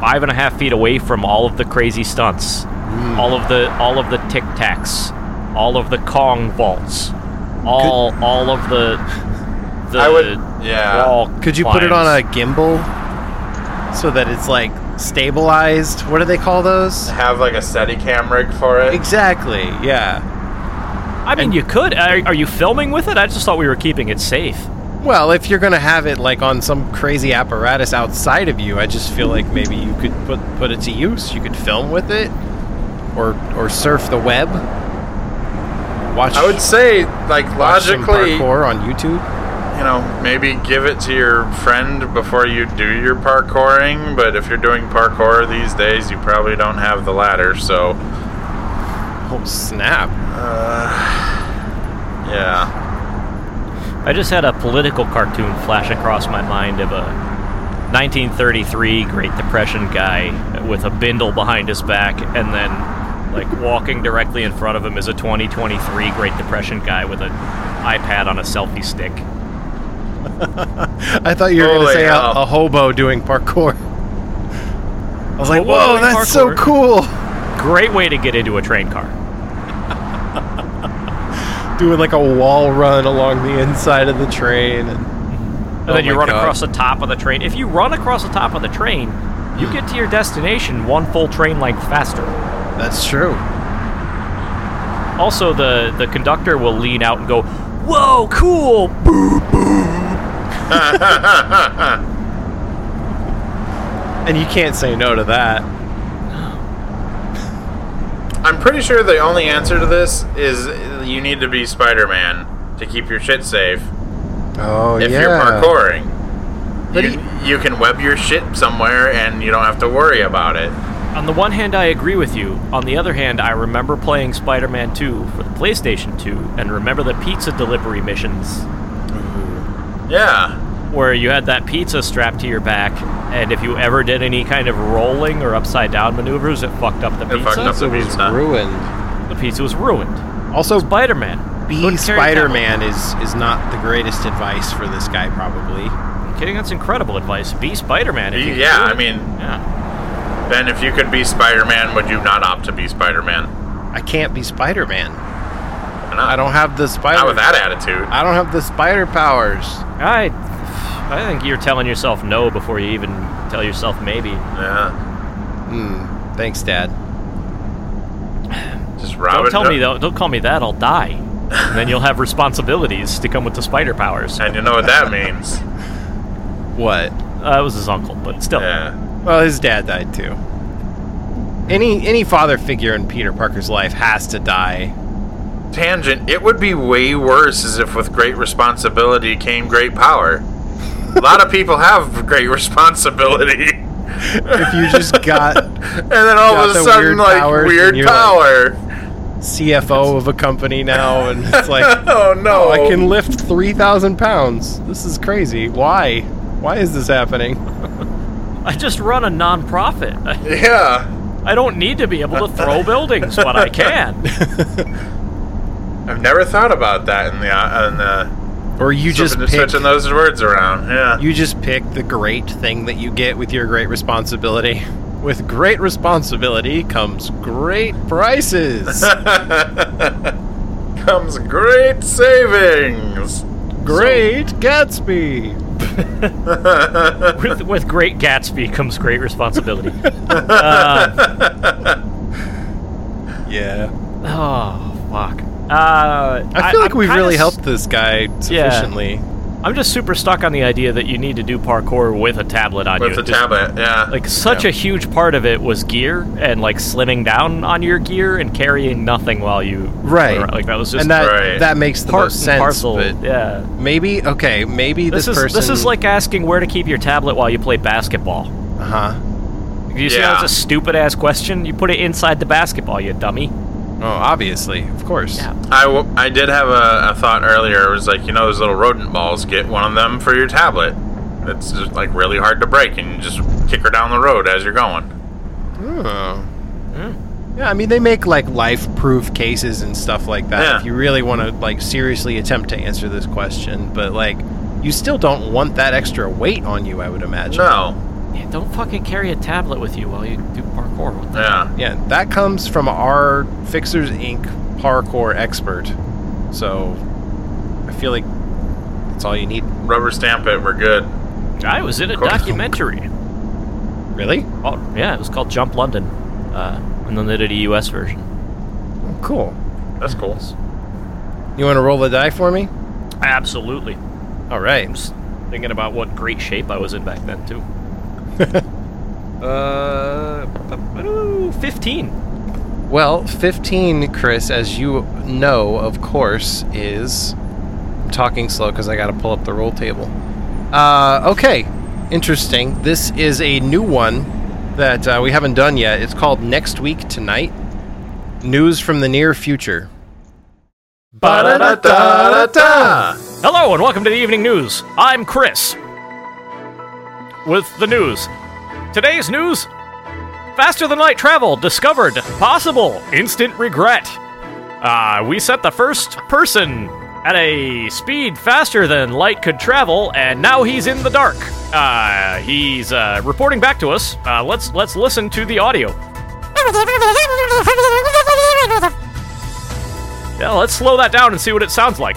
S2: five and a half feet away from all of the crazy stunts,
S4: Mm.
S2: all of the all of the tic tacs, all of the Kong vaults, all all of the the
S3: I would- yeah.
S2: wall.
S4: Could you put it on
S2: climbs.
S4: a gimbal so that it's like stabilized? What do they call those?
S3: Have like a steady cam rig for it.
S4: Exactly. Yeah.
S2: I mean, you could. Are, are you filming with it? I just thought we were keeping it safe.
S4: Well, if you're gonna have it like on some crazy apparatus outside of you, I just feel like maybe you could put put it to use. You could film with it, or or surf the web. Watch.
S3: I would say, like
S4: watch some
S3: logically, you
S4: parkour on YouTube.
S3: know, maybe give it to your friend before you do your parkouring. But if you're doing parkour these days, you probably don't have the ladder. So, uh,
S4: Oh snap!
S3: yeah,
S2: I just had a political cartoon flash across my mind of a 1933 Great Depression guy with a bindle behind his back, and then like walking directly in front of him is a 2023 Great Depression guy with an iPad on a selfie stick.
S4: I thought you were gonna
S3: Holy
S4: say a,
S3: hell.
S4: a hobo doing parkour. I was like,
S2: Hobo
S4: whoa,
S2: doing
S4: that's so
S2: parkour."
S4: cool!
S2: Great way to get into a train car.
S4: Doing like a wall run along the inside of the train. And
S2: And
S4: Oh
S2: then you
S4: my
S2: run
S4: God.
S2: across the top of the train. If you run across the top of the train, you get to your destination one full train length faster.
S4: that's true.
S2: Also, the the conductor will lean out and go, "Whoa, cool!" Boop.
S4: And you can't say no to that.
S3: I'm pretty sure the only answer to this is you need to be Spider-Man to keep your shit safe
S4: Oh
S3: if you're parkouring. You, you can web your shit somewhere and you don't have to worry about it.
S2: On the one hand, I agree with you. On the other hand, I remember playing Spider-Man 2 for the PlayStation 2, and remember the pizza delivery missions
S3: Yeah.
S2: where you had that pizza strapped to your back, and if you ever did any kind of rolling or upside down maneuvers, it fucked up the
S3: It
S2: pizza.
S3: fucked up
S4: So it was
S3: Pizza.
S4: ruined.
S2: the pizza was ruined.
S4: Also,
S2: Spider-Man.
S4: be
S2: Couldn't carry
S4: Spider-Man is is not the greatest advice for this guy, probably.
S2: I'm kidding. That's incredible advice. Be Spider-Man. If you
S3: Yeah,
S2: do
S3: I
S2: it.
S3: mean,
S2: Yeah.
S3: then if you could be Spider-Man, would you not opt to be Spider-Man?
S4: I can't be Spider-Man.
S3: Why
S4: I
S3: not?
S4: don't have the spider.
S3: Not with that attitude.
S4: I don't have the spider powers.
S2: I, I think you're telling yourself no before you even tell yourself maybe.
S3: Yeah.
S4: Hmm. Thanks, Dad.
S3: Just Robin.
S2: Don't tell me though. Don't call me that. I'll die. And then you'll have responsibilities to come with the spider powers. Uh,
S3: And you know what that means.
S4: What?
S2: it was his uncle, but still.
S3: yeah.
S4: Well, his dad died too. Any any father figure in Peter Parker's life has to die.
S3: Tangent, it would be way worse as if with great responsibility came great power. A lot of people have great responsibility.
S4: If you just got
S3: And then all
S4: Got
S3: of a
S4: the
S3: sudden,
S4: weird
S3: like,
S4: powers
S3: weird
S4: and you're
S3: power.
S4: CFO of a company now, and it's like,
S3: oh, no.
S4: oh, I can lift three thousand pounds. This is crazy. Why? Why is this happening?
S2: I just run a nonprofit. I,
S3: Yeah.
S2: I don't need to be able to throw buildings, but I can.
S3: I've never thought about that in the. Uh, in the
S4: Or you just
S3: switching,
S4: pick,
S3: switching those words around. Yeah.
S4: you just pick the great thing that you get with your great responsibility. With great responsibility comes great prices.
S3: comes great savings.
S4: great Gatsby.
S2: With, with great Gatsby comes great responsibility.
S4: Uh,
S2: Uh,
S4: Yeah.
S2: Oh fuck. Uh,
S4: I feel like
S2: I'm
S4: we
S2: kinda
S4: really
S2: s-
S4: helped this guy sufficiently.
S2: I'm just super stuck on the idea that you need to do parkour with a tablet on you.
S3: With the
S2: Just-
S3: tablet, yeah.
S2: Like such a huge part of it was gear and like slimming down on your gear and carrying nothing while you
S4: Right.
S2: like that was just
S4: And that
S3: Right.
S4: that makes the
S2: part
S4: most
S2: and
S4: sense.
S2: parcel
S4: but
S2: yeah
S4: maybe okay, maybe
S2: this,
S4: this,
S2: is
S4: person
S2: this is like asking where to keep your tablet while you play basketball
S4: uh-huh.
S2: you see
S3: Yeah.
S2: that's a stupid ass question you put it inside the basketball you dummy
S4: Oh, obviously. Of course.
S2: Yeah.
S3: I, w- I did have a, a thought earlier. It was like, you know, those little rodent balls, get one of them for your tablet. It's just like really hard to break, and you just kick her down the road as you're going.
S4: Oh. Yeah, I mean they make like life-proof cases and stuff like that.
S3: Yeah.
S4: If you really want to like seriously attempt to answer this question, but like you still don't want that extra weight on you, I would imagine.
S3: No.
S2: Yeah, don't fucking carry a tablet with you while you do parkour. What the-
S3: Yeah.
S4: Yeah, that comes from our Fixers Inc. parkour expert. So I feel like that's all you need.
S3: Rubber stamp it. We're good.
S2: I was in a
S3: course.
S2: documentary.
S4: Really?
S2: Oh, yeah, it was called Jump London. Uh, and then they did a US version.
S4: Cool.
S3: That's cool.
S4: You want to roll the die for me?
S2: Absolutely.
S4: All right.
S2: Just thinking about what great shape I was in back then, too. uh, ba-ba-doo, 15.
S4: Well, 15, Chris, as you know, of course, is. I'm talking slow because I got to pull up the roll table. Uh, okay, interesting. This is a new one that uh, we haven't done yet. It's called Next Week Tonight News from the Near Future.
S3: Ba-da-da-da-da-da.
S2: Hello, and welcome to the evening news. I'm Chris. With the news. Today's news faster than light travel discovered, possible, instant regret. Uh, we set the first person at a speed faster than light could travel, and now he's in the dark. Uh, he's uh, reporting back to us. Uh, let's let's listen to the audio. Yeah, let's slow that down and see what it sounds like.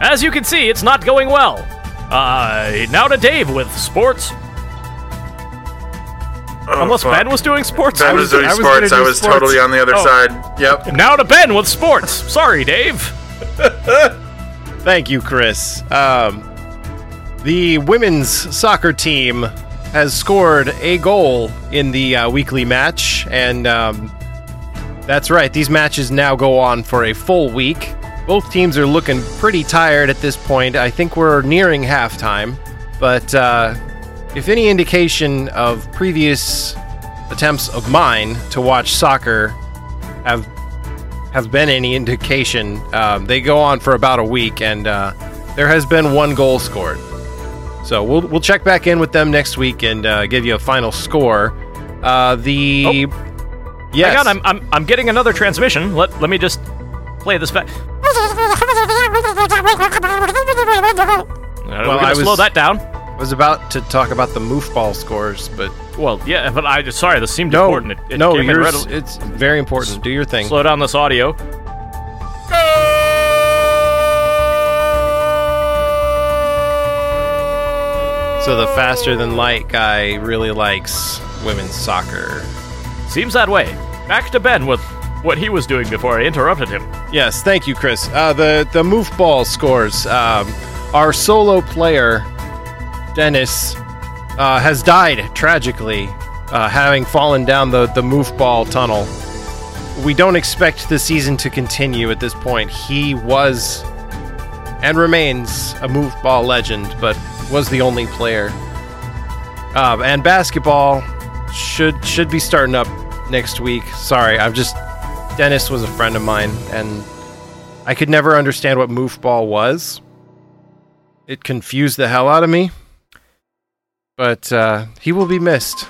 S2: As you can see, it's not going well. Uh, now to Dave with sports.
S3: Oh,
S2: Unless
S3: fuck.
S2: Ben was doing sports.
S3: Ben was doing
S4: I was gonna
S3: sports. I
S4: do
S3: was
S4: sports.
S3: totally on the other
S2: Oh.
S3: side. Yep.
S2: now to Ben with sports. Sorry, Dave.
S4: Thank you, Chris. Um, the women's soccer team has scored a goal in the uh, weekly match, and um, that's right. These matches now go on for a full week. Both teams are looking pretty tired at this point. I think we're nearing halftime, but uh, if any indication of previous attempts of mine to watch soccer have have been any indication. Um, they go on for about a week, and uh, there has been one goal scored. So we'll we'll check back in with them next week and uh, give you a final score. Uh, the yes,
S2: Hang on, I'm, I'm, I'm getting another transmission. Let, let me just play this back. Uh,
S4: Well,
S2: we're gonna
S4: I
S2: slow
S4: was-
S2: that down.
S4: I was about to talk about the moof ball scores, but
S2: Well, yeah, but I just sorry. This seemed
S4: no,
S2: important. It, it
S4: no,
S2: came in
S4: yours-
S2: readily.
S4: it's very important. Do your thing.
S2: Slow down this audio.
S4: So the faster than light guy really likes women's soccer.
S2: Seems that way. Back to Ben with what he was doing before I interrupted him.
S4: Yes, thank you, Chris. Uh, the the move ball scores. Um, our solo player, Dennis, uh, has died tragically, uh, having fallen down the the move ball tunnel. We don't expect the season to continue at this point. He was and remains a move ball legend, but was the only player. Uh, and basketball should should be starting up next week. Sorry, I'm just Dennis was a friend of mine, and I could never understand what moof ball was. It confused the hell out of me. But uh, he will be missed.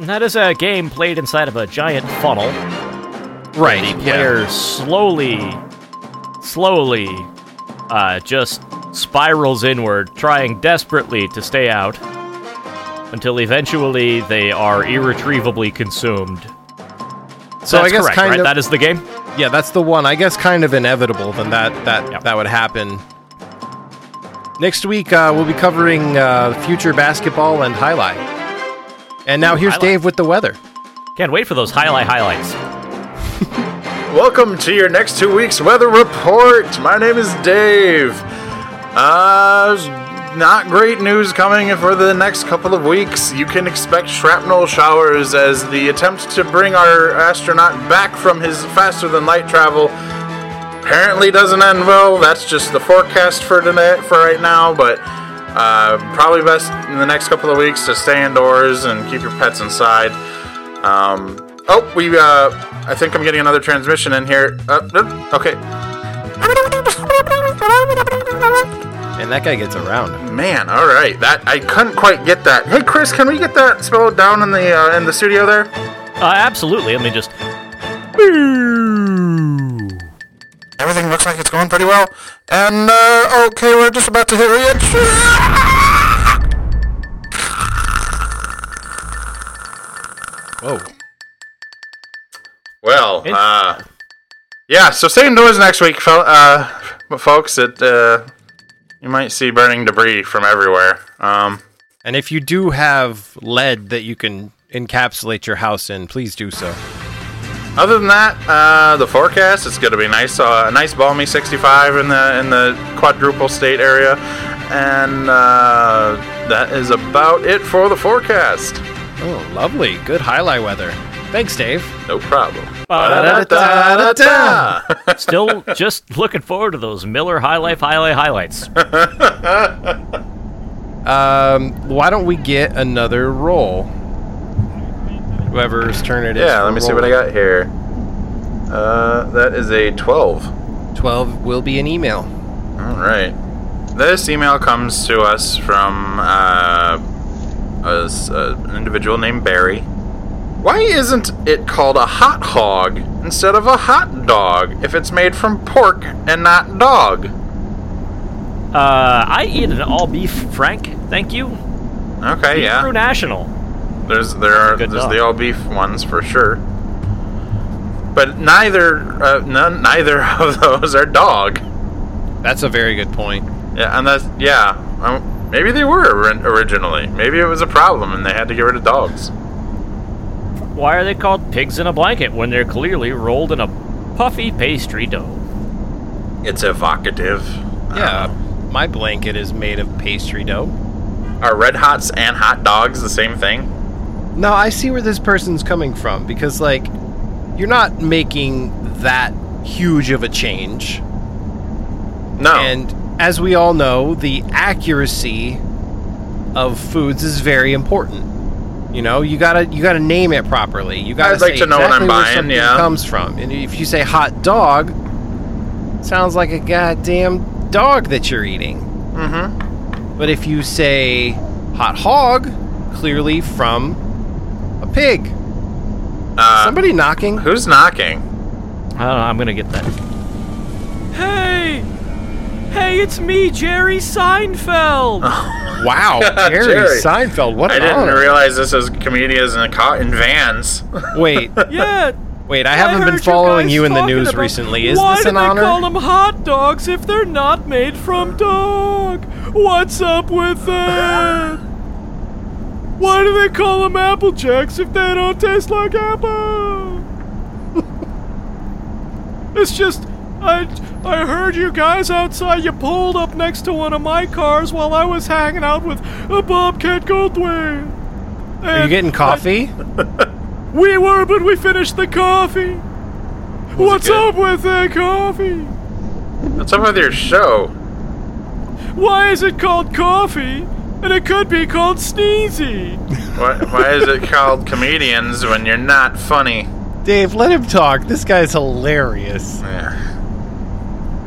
S2: That is a game played inside of a giant funnel.
S4: Right.
S2: Player slowly, slowly, uh, just spirals inward, trying desperately to stay out, until eventually they are irretrievably consumed.
S4: So I
S2: That's
S4: guess
S2: correct,
S4: kind
S2: right?
S4: of
S2: that is the game.
S4: yeah, that's the one. I guess kind of inevitable then that that
S2: Yep.
S4: that would happen. Next week uh, we'll be covering uh, future basketball and highlight. And now here's
S2: highlight.
S4: Dave with the weather.
S2: Can't wait for those highlight highlights.
S3: Welcome to your next two weeks weather report. My name is Dave. Uh, not great news coming for the next couple of weeks. You can expect shrapnel showers as the attempt to bring our astronaut back from his faster than light travel apparently doesn't end well. That's just the forecast for tonight, for right now, but uh, probably best in the next couple of weeks to stay indoors and keep your pets inside. Um, oh, we. Uh, I think I'm getting another transmission in here. Uh, nope, okay.
S4: And that guy gets around.
S3: Man, all right. That I couldn't quite get that. Hey, Chris, can we get that spelled down in the uh, in the studio there?
S2: Uh, absolutely. Let me just.
S6: Everything looks like it's going pretty well. And, uh, okay, we're just about to hit reach.
S4: Whoa.
S3: Well, uh, yeah. So same doors next week, fel- uh, f- folks. It uh, you might see burning debris from everywhere. Um,
S4: And if you do have lead that you can encapsulate your house in, please do so.
S3: other than that, uh, the forecast it's going to be nice. Uh, a nice balmy 65 in the in the quadruple state area, and uh, that is about it for the forecast.
S4: Oh, lovely. Good highlight weather. Thanks, Dave.
S3: No problem.
S4: Ba-da-da-da-da-da.
S2: Still just looking forward to those Miller High Life highlight highlights. Uh,
S4: Um, why don't we get another roll? Whoever's turn it is.
S3: Yeah,
S4: for
S3: let me see what I
S4: roll.
S3: got here. Uh, that is a 12.
S4: 12 will be an email.
S3: All right. This email comes to us from uh, a s- uh, an individual named Barry. Why isn't it called a hot hog instead of a hot dog if it's made from pork and not dog?
S2: Uh, I eat an all beef Frank. Thank you.
S3: Okay,
S2: True
S3: yeah.
S2: National.
S3: There's there are
S2: good
S3: there's
S2: dog.
S3: the all beef ones for sure. But neither uh, none, neither of those are dog.
S4: That's a very good point.
S3: Yeah, and that's yeah. Um, maybe they were ori- originally. Maybe it was a problem and they had to get rid of dogs.
S2: Why are they called pigs in a blanket when they're clearly rolled in a puffy pastry dough?
S3: It's evocative. Uh,
S4: Yeah. Uh, My blanket is made of pastry dough.
S3: Are red hots and hot dogs the same thing?
S4: No, I see where this person's coming from because, like, you're not making that huge of a change.
S3: No.
S4: And as we all know, the accuracy of foods is very important. You know, you gotta you gotta name it properly. You gotta
S3: I'd like
S4: say
S3: to know what I'm
S4: exactly where
S3: buying,
S4: something
S3: yeah.
S4: comes from. And if you say hot dog, sounds like a goddamn dog that you're eating.
S3: mm-hmm.
S4: But if you say hot hog, clearly from a pig.
S3: Uh,
S4: Somebody knocking?
S3: Who's knocking?
S2: I don't know, I'm gonna get that. Hey! Hey, it's me, Jerry Seinfeld!
S4: Wow, Jerry,
S3: Jerry.
S4: Seinfeld. What
S3: I
S4: an
S3: didn't
S4: honor.
S3: realize this was comedians in, co- in vans.
S4: Wait,
S2: yeah!
S4: wait. I haven't been following you, in the news recently. Is this an honor?
S2: them hot dogs if they're not made from dog? What's up with that? Why do they call them Apple Jacks if they don't taste like apple? it's just, I, I heard you guys outside. You pulled up next to one of my cars while I was hanging out with a Bobcat Goldwing.
S4: Are you
S2: And
S4: getting coffee?
S2: we were, but we finished the coffee. What's
S3: good?
S2: up with that coffee?
S3: What's up with your show?
S2: Why is it called coffee? And it could be called sneezy.
S3: Why, why is it called comedians when you're not funny?
S4: Dave, let him talk. This guy's hilarious.
S3: Yeah.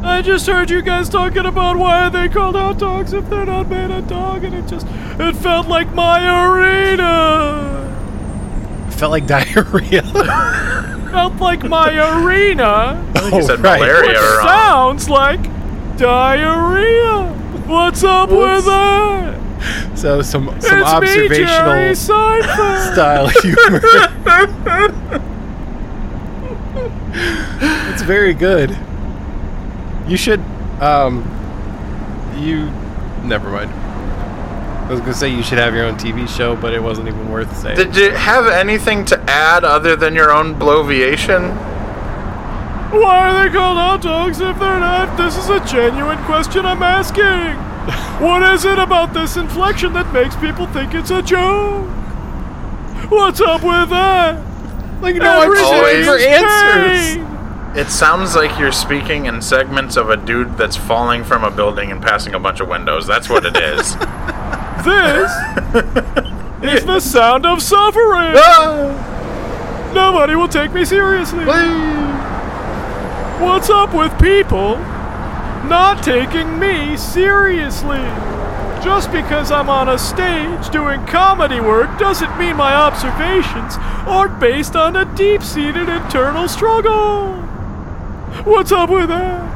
S2: I just heard you guys talking about why are they called hot dogs if they're not made of dog, and it just it felt like my arena.
S4: It felt like diarrhea.
S2: Felt like my arena.
S4: I think
S3: You said malaria
S2: Which
S3: wrong.
S2: sounds like diarrhea. What's up with that?
S4: So some some
S2: it's me, Jerry
S4: observational
S2: Seinfeld.
S4: style humor. it's very good. You should um you never mind. I was gonna say you should have your own TV show, but it wasn't even worth saying.
S3: Did you have anything to add other than your own bloviation?
S2: Why are they called hot dogs if they're not? This is a genuine question I'm asking. What is it about this inflection that makes people think it's a joke? What's up with that?
S4: like no, I'm
S3: Everything
S4: sorry
S3: is
S4: for answers.
S2: Pain.
S3: It sounds like you're speaking in segments of a dude that's falling from a building and passing a bunch of windows. That's what it is.
S2: This is the sound of suffering.
S3: Ah,
S2: Nobody will take me seriously. What's up with people not taking me seriously? Just because I'm on a stage doing comedy work doesn't mean my observations aren't based on a deep seated internal struggle. What's up with that?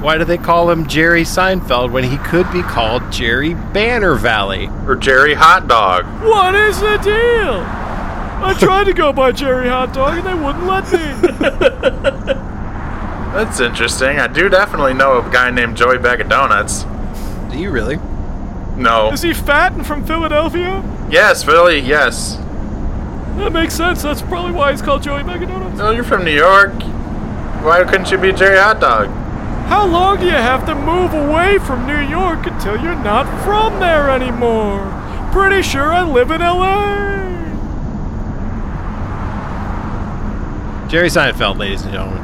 S4: Why do they call him Jerry Seinfeld when he could be called Jerry Banner Valley?
S3: Or Jerry Hot Dog.
S2: What is the deal? I tried to go by Jerry Hot Dog and they wouldn't let me.
S3: That's interesting. I do definitely know a guy named Joey Bag of Donuts.
S4: Do you really?
S3: No.
S2: Is he fat and from Philadelphia?
S3: Yes, Philly, yes.
S2: That makes sense. That's probably why he's called Joey Megadonuts.
S3: No, you're from New York. Why couldn't you be Jerry Hot Dog?
S2: How long do you have to move away from New York until you're not from there anymore? Pretty sure I live in LA.
S4: Jerry Seinfeld, ladies and gentlemen.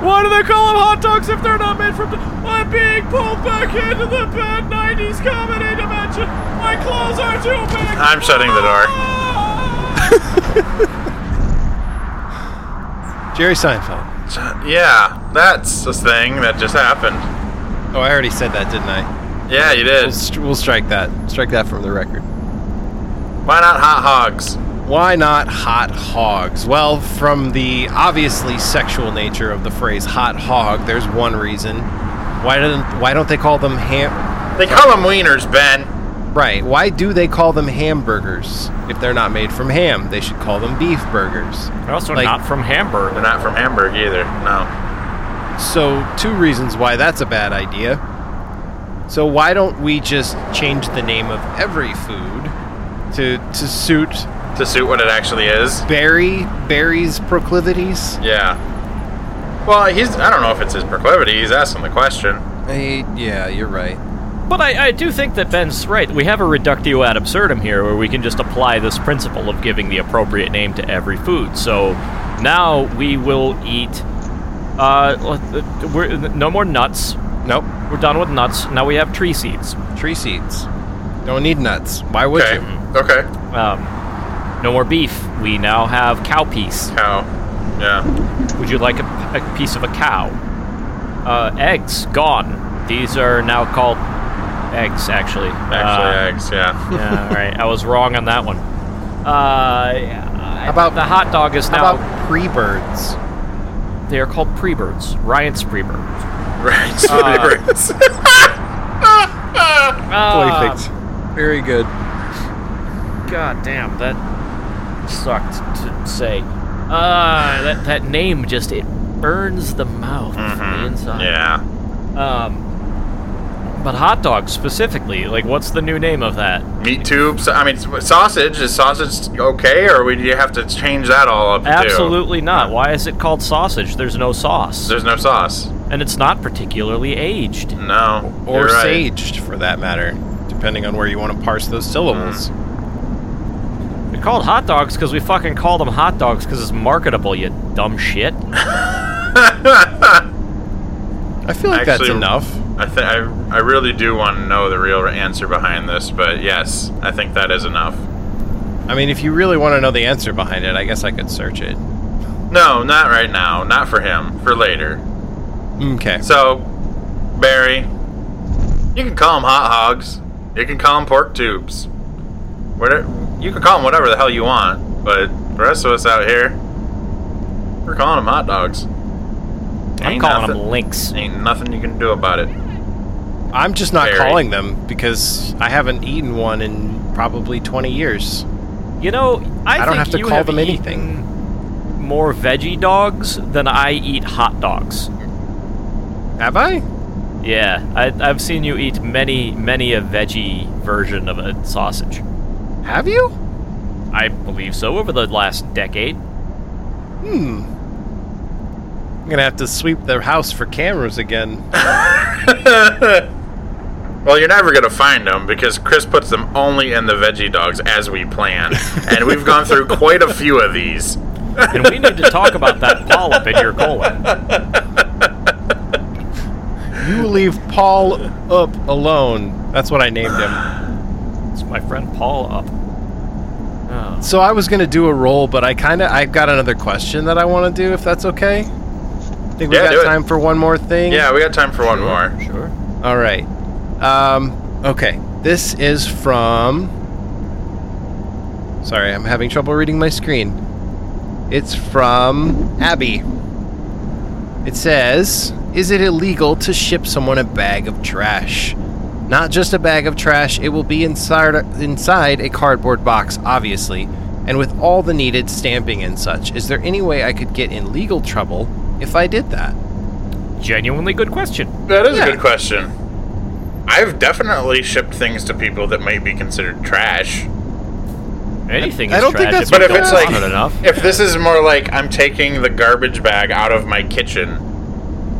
S2: Why do they call them hot dogs if they're not made from. I'm being pulled back into the bad 90s comedy dimension. My clothes are too big.
S3: I'm shutting the door.
S4: Jerry Seinfeld.
S3: Yeah, that's a thing that just happened.
S4: Oh, I already said that, didn't I?
S3: Yeah, you
S4: We'll,
S3: did.
S4: st- we'll strike that. Strike that from the record.
S3: Why not hot hogs?
S4: Why not hot hogs? Well, from the obviously sexual nature of the phrase hot hog, there's one reason. Why don't why don't they call them ham
S3: They call them wieners, Ben.
S4: Right. Why do they call them hamburgers if they're not made from ham? They should call them beef burgers.
S2: They're also
S4: Like-
S2: not from Hamburg.
S3: They're not from Hamburg either. No.
S4: So, two reasons why that's a bad idea. So, why don't we just change the name of every food to to suit
S3: To suit what it actually is.
S4: Barry Barry's proclivities?
S3: Yeah. Well, he's. I don't know if it's his proclivity. He's asking the question.
S4: Eh, yeah, you're right.
S2: But I, I do think that Ben's right. We have a reductio ad absurdum here where we can just apply this principle of giving the appropriate name to every food. So now we will eat. Uh, let- we're, no more nuts.
S4: Nope.
S2: We're done with nuts. Now we have tree seeds.
S4: Tree seeds. Don't need nuts. Why would
S3: Okay.
S4: you?
S3: Okay.
S2: Um, no more beef. We now have cow piece.
S3: Cow. Yeah.
S2: Would you like a, a piece of a cow? Uh, eggs gone. These are now called eggs, actually.
S3: Actually,
S2: Uh,
S3: eggs. Yeah.
S2: Yeah, all right. I was wrong on that one. Uh, yeah, I-
S4: about-
S2: the hot dog is
S4: How
S2: now?
S4: about pre-birds?
S2: They are called pre-birds. Ryan's pre-bird.
S3: Right.
S2: Ah,
S4: Very good.
S2: God damn, that sucked to say. Uh, that that name just it burns the mouth from
S4: Mm-hmm.
S2: the inside.
S3: Mm-hmm. yeah.
S2: Um, but hot dogs specifically, like, what's the new name of that?
S3: Meat tubes. I mean, sausage. Is sausage okay, or would you have to change that all up? too?
S2: Absolutely not. Why is it called sausage? There's no sauce,
S3: There's no sauce.
S2: and it's not particularly aged.
S3: No.
S4: Or
S3: you're right.
S4: saged, for that matter, depending on where you want to parse those syllables.
S3: Mm.
S2: They're called hot dogs because we fucking call them hot dogs because it's marketable. You dumb shit.
S4: I feel like that's
S3: Actually-
S4: enough.
S3: I think I I really do want to know the real answer behind this, but yes, I think that is enough.
S4: I mean, if you really want to know the answer behind it, I guess I could search it.
S3: No, not right now. Not for him. For later.
S4: Okay.
S3: So, Barry, you can call them hot hogs. You can call them pork tubes. Whatever. You can call them whatever the hell you want. But the rest of us out here, we're calling them hot dogs.
S2: I'm
S3: Ain't
S2: calling
S3: nothing-
S2: them links.
S3: Ain't nothing you can do about it.
S4: I'm just not
S3: Very.
S4: calling them because I haven't eaten one in probably 20 years.
S2: You know, I,
S4: I don't
S2: think
S4: have to
S2: you
S4: call them
S2: eaten
S4: anything.
S2: More veggie dogs than I eat hot dogs.
S4: Have I?
S2: Yeah, I, I've seen you eat many, many a veggie version of a sausage.
S4: Have you?
S2: I believe so. Over the last decade,
S4: Hmm. I'm gonna have to sweep the house for cameras again.
S3: well, you're never gonna find them because Chris puts them only in the veggie dogs as we plan, and we've gone through quite a few of these.
S2: and we need to talk about that polyp in your colon.
S4: You leave Paul up alone. That's what I named him.
S2: It's my friend Paul up. Oh.
S4: So I was gonna do a roll, but I kind of I got another question that I want to do. If that's okay. Think we
S3: Yeah,
S4: got
S3: do it.
S4: time for one more thing.
S3: Yeah, we got time for one more.
S2: Sure.
S4: All right. Um, okay. This is from. Sorry, I'm having trouble reading my screen. It's from Abby. It says Is it illegal to ship someone a bag of trash? Not just a bag of trash, it will be inside, inside a cardboard box, obviously, and with all the needed stamping and such. Is there any way I could get in legal trouble if I did that?
S2: Genuinely good question.
S3: That is
S4: Yeah.
S3: a good question. I've definitely shipped things to people that might be considered trash.
S2: Anything
S4: I
S2: is
S4: don't think
S2: trash
S4: that's-
S2: if
S3: But
S2: you
S3: if
S2: don't
S3: it's
S2: want
S3: like,
S2: it enough.
S3: if this is more like I'm taking the garbage bag out of my kitchen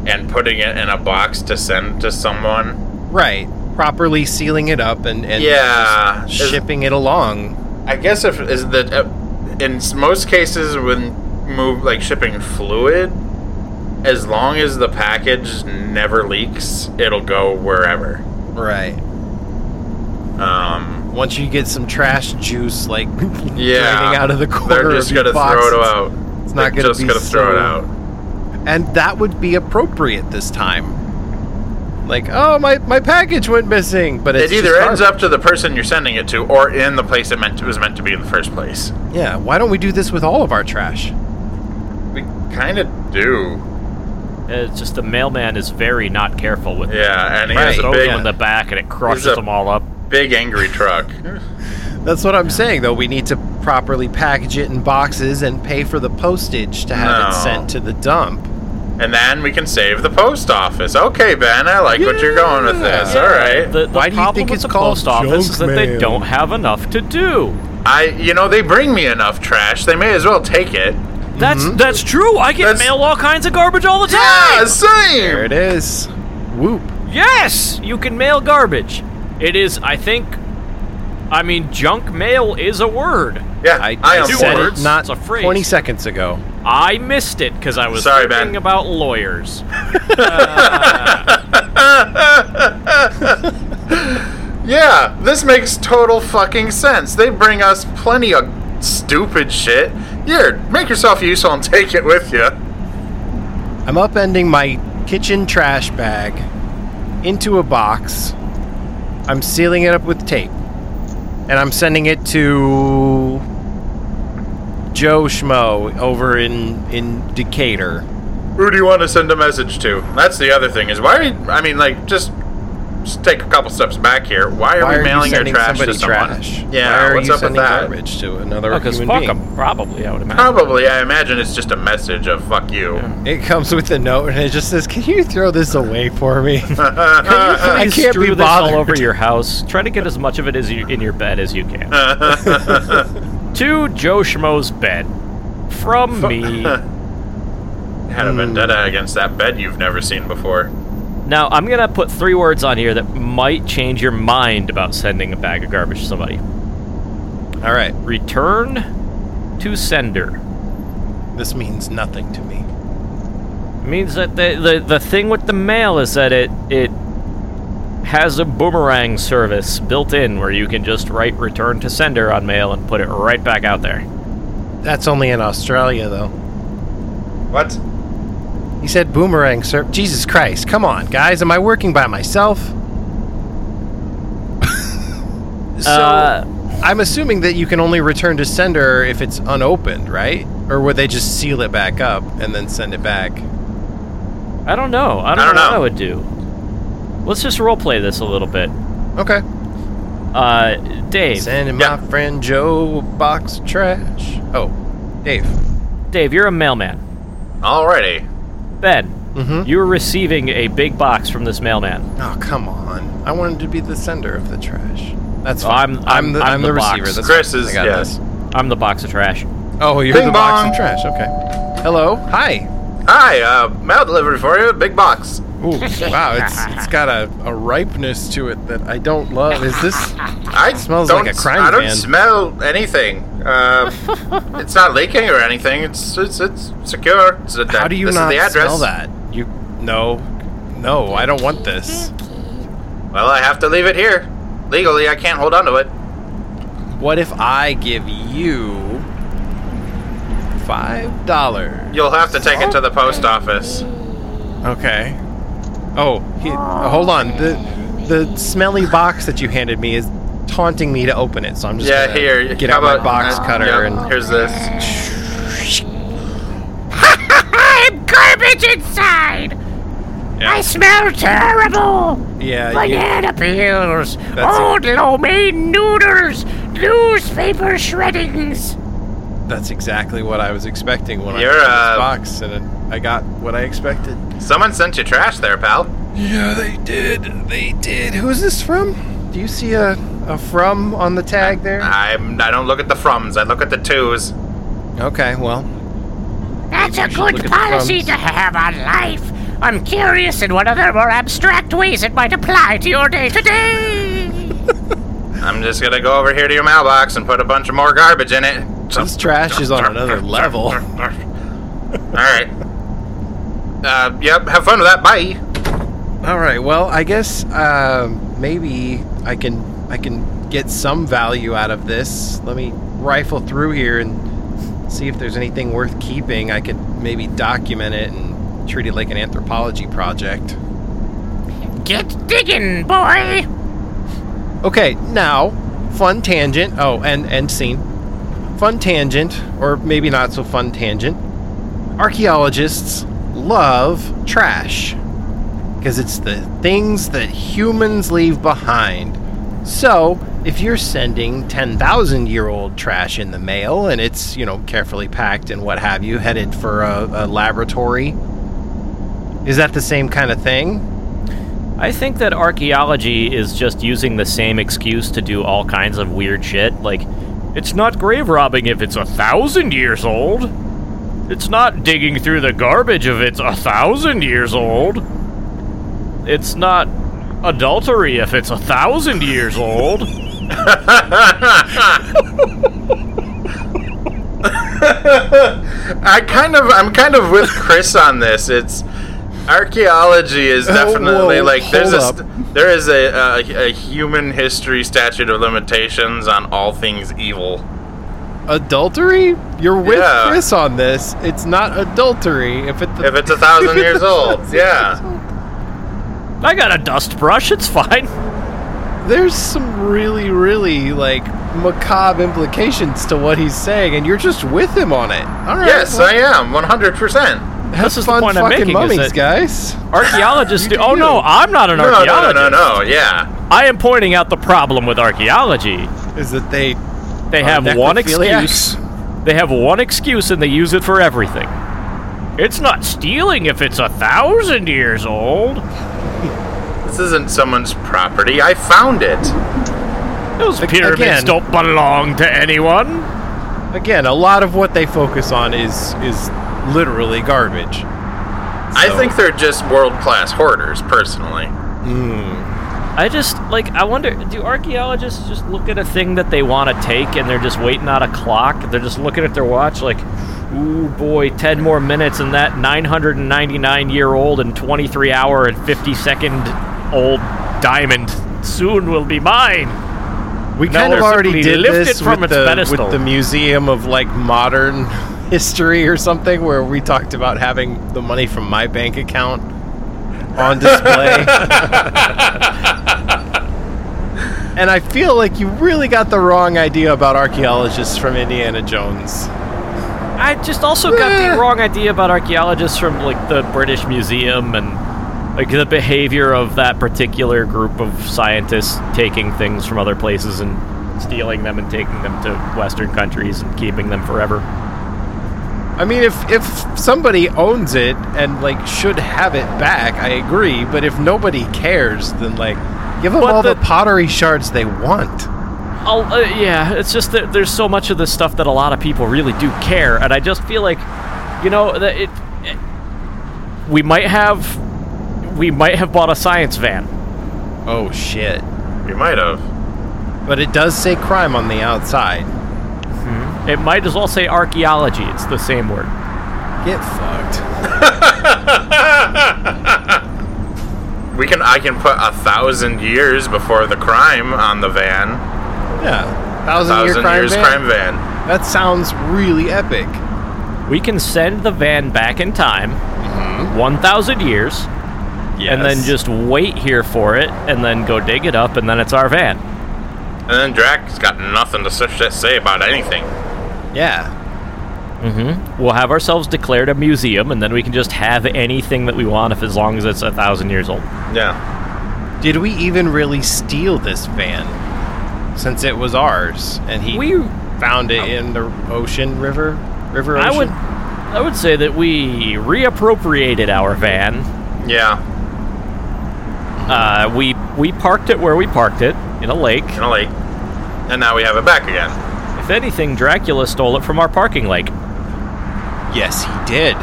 S3: and putting it in a box to send to someone,
S4: Right. Properly sealing it up and, and
S3: yeah,
S4: just
S3: is-
S4: shipping it along.
S3: I guess if is that uh, in s- most cases when move like shipping fluid, as long as the package never leaks, it'll go wherever.
S4: Right.
S3: Um,
S4: Once you get some trash juice, like
S3: yeah,
S4: draining out of the corner,
S3: they're just
S4: of your
S3: gonna
S4: box,
S3: throw it
S4: it's-
S3: out.
S4: It's not
S3: They're
S4: gonna
S3: just
S4: be
S3: gonna throw it
S4: so-
S3: out.
S4: and that would be appropriate this time. Like, oh my my package went missing, but it's
S3: it either
S4: just
S3: ends up to the person you're sending it to, or in the place it meant it was meant to be in the first place.
S4: garbage. Yeah, why don't we do this with all of our trash?
S3: We kind of do.
S2: It's just the mailman is very not careful with it.
S3: Yeah, and he has
S4: Right.
S3: a
S2: Throws
S3: big,
S2: them in the back and it crushes
S3: He's a-
S2: them all up.
S3: big angry truck.
S4: That's what I'm saying though. We need to properly package it in boxes and pay for the postage to have it
S3: No.
S4: sent to the dump.
S3: And then we can save the post office. Okay, Ben, I like what you're going with this.
S4: Yeah.
S3: All right.
S2: The, the
S4: Why do you
S2: problem
S4: think
S2: with
S4: it's
S2: the
S4: called
S2: post office is that
S7: junk
S2: they
S7: mail?
S2: don't have enough to do.
S3: I, you know, they bring me enough trash. They may as well take it.
S2: That's that's true. I get
S3: That's-
S2: mail all kinds of garbage all the time.
S3: Yeah, Ah, same.
S4: There it is. Whoop.
S2: Yes, you can mail garbage. It is, I think. I mean, junk mail is a word.
S3: Yeah,
S4: I,
S3: I,
S4: I
S3: am
S2: do
S4: said
S3: for it.
S2: words.
S4: it not
S2: It's a phrase.
S4: 20 seconds ago.
S2: I missed it because I was
S3: Sorry,
S2: thinking
S3: Ben.
S2: about lawyers.
S3: Yeah, this makes total fucking sense. They bring us plenty of stupid shit. Here, make yourself useful and take it with you.
S4: I'm upending my kitchen trash bag into a box. I'm sealing it up with tape. And I'm sending it to Joe Schmo over in in Decatur.
S3: Who do you want to send a message to? That's the other thing is why are you, I mean, like, just, just take a couple steps back here. Why are
S4: Why
S3: we
S4: you
S3: mailing our
S4: sending
S3: trash to
S4: somebody
S3: someone?
S4: trash? Why
S3: Yeah,
S4: are
S3: what's
S4: you
S3: up with
S4: sending
S3: that? Oh,
S4: garbage to another
S2: Because
S4: human
S2: fuck
S4: being?
S2: them, probably. I would imagine.
S3: Probably, I imagine it's just a message of fuck you.
S4: It comes with a note and it just says, "Can you throw this away for me?"
S3: Uh,
S4: I
S2: Please
S4: can't
S2: strew
S4: be
S2: this
S4: bothered.
S2: all over your house. Try to get as much of it as you, in your bed as you can. to Joe Schmo's bed, from me.
S3: Had a vendetta against that bed you've never seen before.
S2: Now, I'm going to put three words on here that might change your mind about sending a bag of garbage to somebody
S4: all right.
S2: return to sender.
S4: This means nothing to me.
S2: It means that the, the, the thing with the mail is that it, it has a boomerang service built in where you can just write return to sender on mail and put it right back out there.
S4: That's only in Australia though.
S3: What?
S4: He said boomerang, sir. Jesus Christ, come on, guys. Am I working by myself? so,
S2: Uh,
S4: I'm assuming that you can only return to sender if it's unopened, right? Or would they just seal it back up and then send it back?
S2: I don't know. I don't,
S3: I don't
S2: know, what
S3: know.
S2: I would do. Let's just roleplay this a little bit.
S4: Okay.
S2: Uh, Dave,
S4: Sending
S3: Yeah.
S4: my friend Joe a box of trash. Oh, Dave.
S2: Dave, you're a mailman.
S3: Alrighty.
S2: Ben,
S4: Mhm.
S2: you're receiving a big box from this mailman.
S4: Oh, come on. I wanted to be the sender of the trash. That's
S2: Oh,
S4: fine.
S2: I'm- I'm-
S4: the,
S2: I'm
S4: the,
S2: the box.
S4: receiver. That's
S3: Chris
S4: fine.
S3: is-
S4: I got
S3: yeah.
S4: this.
S2: I'm the box of trash.
S4: Oh, you're
S3: Bing
S4: the box
S3: bong.
S4: of trash. Okay. Hello. Hi.
S3: Hi, uh, mail delivery for you, big box.
S4: Ooh, wow, it's it's got a, a ripeness to it that I don't love. Is this
S3: I
S4: Smells
S3: don't,
S4: like a crime
S3: I don't
S4: van.
S3: smell anything. Uh, it's not leaking or anything. It's it's, it's secure. It's a,
S4: how do you
S3: this
S4: not
S3: is the address.
S4: smell that? You no, no, I don't want this.
S3: Well, I have to leave it here. Legally, I can't hold on to it.
S4: What if I give you five dollars?
S3: You'll have to take it to the post office.
S4: Okay. Oh, he, uh, hold on. The the smelly box that you handed me is taunting me to open it, so I'm just
S3: yeah,
S4: gonna
S3: here.
S4: get
S3: how
S4: out my
S3: about-
S4: box
S3: uh,
S4: cutter
S3: yep,
S4: and
S3: here's this.
S7: I'm garbage inside. I smell terrible.
S4: yeah, you-
S7: Banana peels,
S4: That's it.
S7: old lo mein noodles, newspaper shreddings.
S4: that's exactly what I was expecting when
S3: You're,
S4: I opened
S3: uh,
S4: this box, and it, I got what I expected.
S3: Someone sent you trash there, pal.
S4: Yeah, they did. They did. Who's this from? Do you see a a from on the tag there?
S3: I'm. I don't look at the froms. I look at the twos.
S4: Okay, well,
S7: That's a
S4: look at
S7: good
S4: the
S7: policy
S4: crumbs.
S7: to have on life. I'm curious in what other more abstract ways it might apply to your day to day.
S3: I'm just gonna go over here to your mailbox and put a bunch of more garbage in it.
S4: this trash is on another level.
S3: All right. Uh, yep. Have fun with that. Bye.
S4: All right. Well, I guess um, maybe I can I can get some value out of this. Let me rifle through here and see if there's anything worth keeping. I could maybe document it and treat it like an anthropology project.
S7: Get digging, boy.
S4: Okay, now fun tangent. Oh, and end scene. Fun tangent, or maybe not so fun tangent. Archaeologists love trash because it's the things that humans leave behind. So, if you're sending 10,000 year old trash in the mail and it's, you know, carefully packed and what have you, headed for a, a laboratory, is that the same kind of thing?
S2: I think that archaeology is just using the same excuse to do all kinds of weird shit. Like, it's not grave robbing if it's a thousand years old. It's not digging through the garbage if it's a thousand years old. It's not adultery if it's a thousand years old.
S3: I kind of, I'm kind of with Chris on this. It's archaeology is definitely
S4: whoa,
S3: like there's a,
S4: hold
S3: st- there is a, a a human history statute of limitations on all things evil.
S4: adultery? You're with
S3: Yeah.
S4: Chris on this. It's not adultery if it
S3: If it's a thousand years old, yeah.
S2: I got a dust brush, it's fine.
S4: there's some really really like macabre implications to what he's saying, and you're just with him on it. All right.
S3: Yes,
S4: well,
S3: I am 100. percent
S4: have
S2: this is the
S4: fun
S2: point I'm
S4: fucking
S2: making, is
S4: mummies,
S2: that-
S4: guys.
S2: Archaeologists do.
S4: You
S2: Oh
S4: do.
S2: no, I'm not an
S3: No, no, no,
S2: archaeologist.
S3: no, no. Yeah,
S2: I am pointing out the problem with archaeology.
S4: Is that they?
S2: They
S4: are
S2: have one
S4: necrophiliacs?
S2: excuse. They have one excuse and they use it for everything. It's not stealing if it's a thousand years old.
S3: this isn't someone's property. I found it.
S2: Those pyramids
S4: again-
S2: don't belong to anyone.
S4: Again, a lot of what they focus on is is literally garbage.
S3: I
S4: So-
S3: think they're just world class hoarders, personally.
S2: I just like I wonder do archaeologists just look at a thing that they want to take and they're just waiting on a clock? They're just looking at their watch like Ooh boy, 10 more minutes and that 999 year old and 23 hour and 50 second old diamond soon will be mine.
S4: We
S2: No,
S4: kind of
S2: they're
S4: already
S2: simply
S4: did
S2: lifted
S4: this
S2: from
S4: with,
S2: its
S4: the,
S2: pedestal.
S4: with the Museum of like Modern History or something, where we talked about having the money from my bank account on display. and I feel like you really got the wrong idea about archaeologists from Indiana Jones.
S2: I just also got
S4: Yeah.
S2: the wrong idea about archaeologists from like the British Museum and like the behavior of that particular group of scientists taking things from other places and stealing them and taking them to Western countries and keeping them forever.
S4: I mean, if if somebody owns it and like should have it back, I agree. But if nobody cares, then like give them
S2: But
S4: all
S2: the-
S4: the pottery shards they want.
S2: I'll, uh, yeah, it's just that there's so much of this stuff that a lot of people really do care, and I just feel like, you know, that it, it- we might have, we might have bought a science van.
S4: Oh shit.
S3: You might have.
S4: But it does say crime on the outside.
S2: It might as well say archaeology. It's the same word.
S4: Get fucked.
S3: We can. I can put a thousand years before the crime on the van.
S4: Yeah. Thousand, year
S3: Thousand
S4: crime
S3: years
S4: ban?
S3: crime van.
S4: That sounds really epic.
S2: We can send the van back in time, 1,000 years, and then
S3: Yes.
S2: just wait here for it, and then go dig it up, and then it's our van.
S3: And then Drak's got nothing to s- say about anything.
S4: Yeah.
S2: We'll have ourselves declared a museum, and then we can just have anything that we want, if as long as it's a thousand years old.
S3: Yeah.
S4: Did we even really steal this van? Since it was ours, and he
S2: We-
S4: found it in the ocean, river, river. Ocean?
S2: I would, I would say that we reappropriated our van.
S3: Yeah.
S2: Uh, we we parked it where we parked it in a lake.
S3: In a lake. And now we have it back again.
S2: If anything, Dracula stole it from our parking lake.
S4: Yes, he did,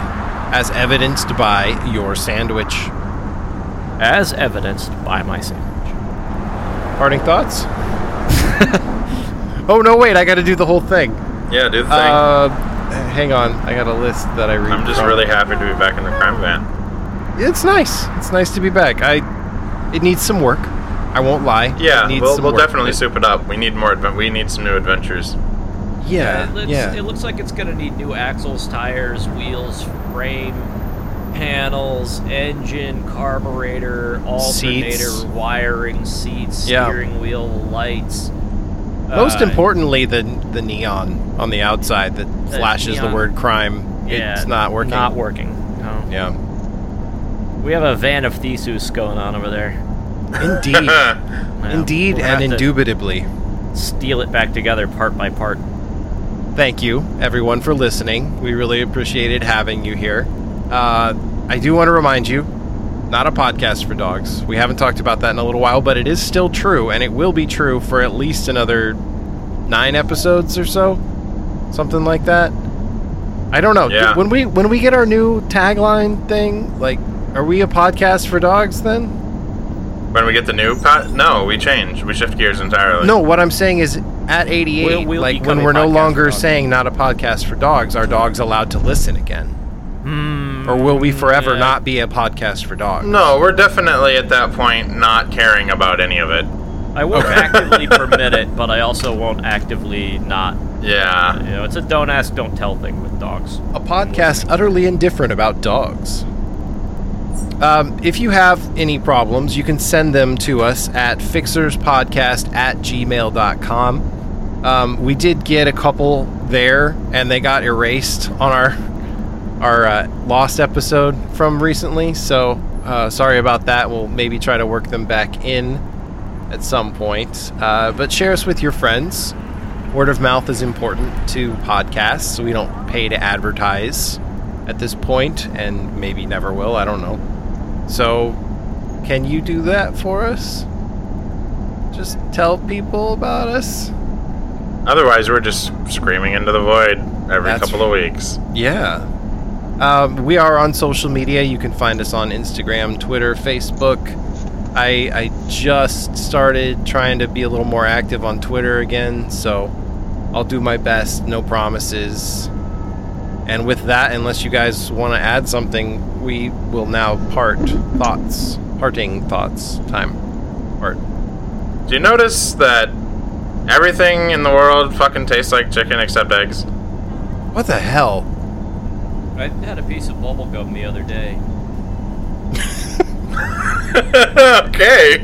S4: as evidenced by your sandwich.
S2: as evidenced by my sandwich.
S4: Parting thoughts? oh no! Wait, I got to do the whole thing.
S3: Yeah, do the thing.
S4: Uh, hang on, I got a list that I read.
S3: I'm just
S4: from.
S3: really happy to be back in the crime van.
S4: It's nice. It's nice to be back. I. It needs some work. I won't lie.
S3: Yeah,
S4: It needs
S3: we'll,
S4: some
S3: we'll
S4: work.
S3: definitely soup it up. We need more. Adven- we need some new adventures.
S4: Yeah, yeah.
S2: It looks like it's going to need new axles, tires, wheels, frame, panels, engine, carburetor, alternator,
S4: Seats.
S2: wiring, seats,
S4: Yeah.
S2: steering wheel, lights.
S4: Most
S2: Uh,
S4: importantly, the the neon on the outside that flashes the
S2: neon.
S4: word crime.
S2: yeah,
S4: it's not working.
S2: Not working. No.
S4: yeah.
S2: We have a van of Theseus going on over there.
S4: Indeed.
S2: Yeah,
S4: Indeed
S2: we'll
S4: and
S2: have to
S4: indubitably.
S2: Steal it back together part by part.
S4: Thank you, everyone, for listening. We really appreciated having you here. Uh, I do want to remind you not a podcast for dogs. We haven't talked about that in a little while, but it is still true, and it will be true for at least another nine episodes or so, something like that. I don't know.
S3: Yeah.
S4: When we when we get our new tagline thing, like, are we a podcast for dogs then?
S3: When we get the new pot, no, we change. We shift gears entirely.
S4: No, what I'm saying is at 88,
S2: Uh, We'll- we'll
S4: like
S2: become
S4: when
S2: a
S4: we're no
S2: podcast for
S4: longer
S2: dogs.
S4: saying not a podcast for dogs, are dogs allowed to listen again? or will we forever
S2: yeah.
S4: not be a podcast for dogs?
S3: no, we're definitely at that point not caring about any of it.
S2: I won't actively permit it, but I also won't actively not
S3: Yeah,
S2: You know, it's a don't ask, don't tell thing with dogs.
S4: A podcast utterly indifferent about dogs. Um, if you have any problems, you can send them to us at fixerspodcast at gmail.com. Um, we did get a couple there, and they got erased on our our uh, lost episode from recently. So uh, sorry about that. We'll maybe try to work them back in at some point. Uh, but share us with your friends. Word of mouth is important to podcasts, so we don't pay to advertise at this point, and maybe never will. I don't know. So can you do that for us? Just tell people about us.
S3: Otherwise, we're just screaming into the void every
S4: That's
S3: couple of weeks.
S4: Yeah. Um, we are on social media. You can find us on Instagram, Twitter, Facebook. I, I just started trying to be a little more active on Twitter again, so I'll do my best. No promises. And with that, unless you guys want to add something, we will now part thoughts. Parting thoughts time. Part.
S3: Do you notice that everything in the world fucking tastes like chicken except eggs?
S4: What the hell?
S2: I had a piece of bubble gum the other day.
S3: okay.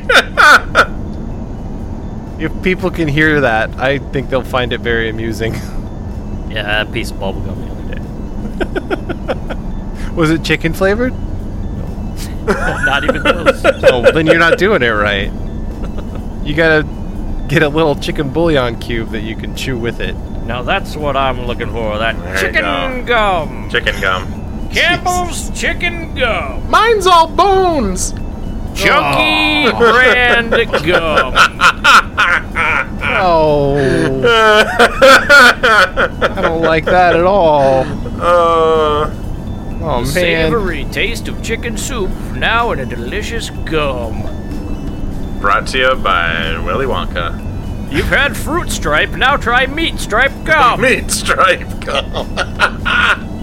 S4: If people can hear that, I think they'll find it very amusing.
S2: Yeah, I had a piece of bubble gum the other day.
S4: Was it chicken flavored?
S2: Not even close.
S4: Oh, well, then you're not doing it right. You gotta get a little chicken bouillon cube that you can chew with it.
S2: now that's what I'm looking for. That
S3: you
S2: chicken gum.
S3: Chicken gum.
S2: Campbell's chicken gum.
S4: Mine's all bones!
S2: Chunky brand gum.
S4: Oh, I
S3: uh,
S4: don't like that at all. Oh, man.
S2: Savory taste of chicken soup now in a delicious gum.
S3: brought to you by Willy Wonka.
S2: You've had fruit stripe, now try meat stripe gum.
S3: Meat stripe gum.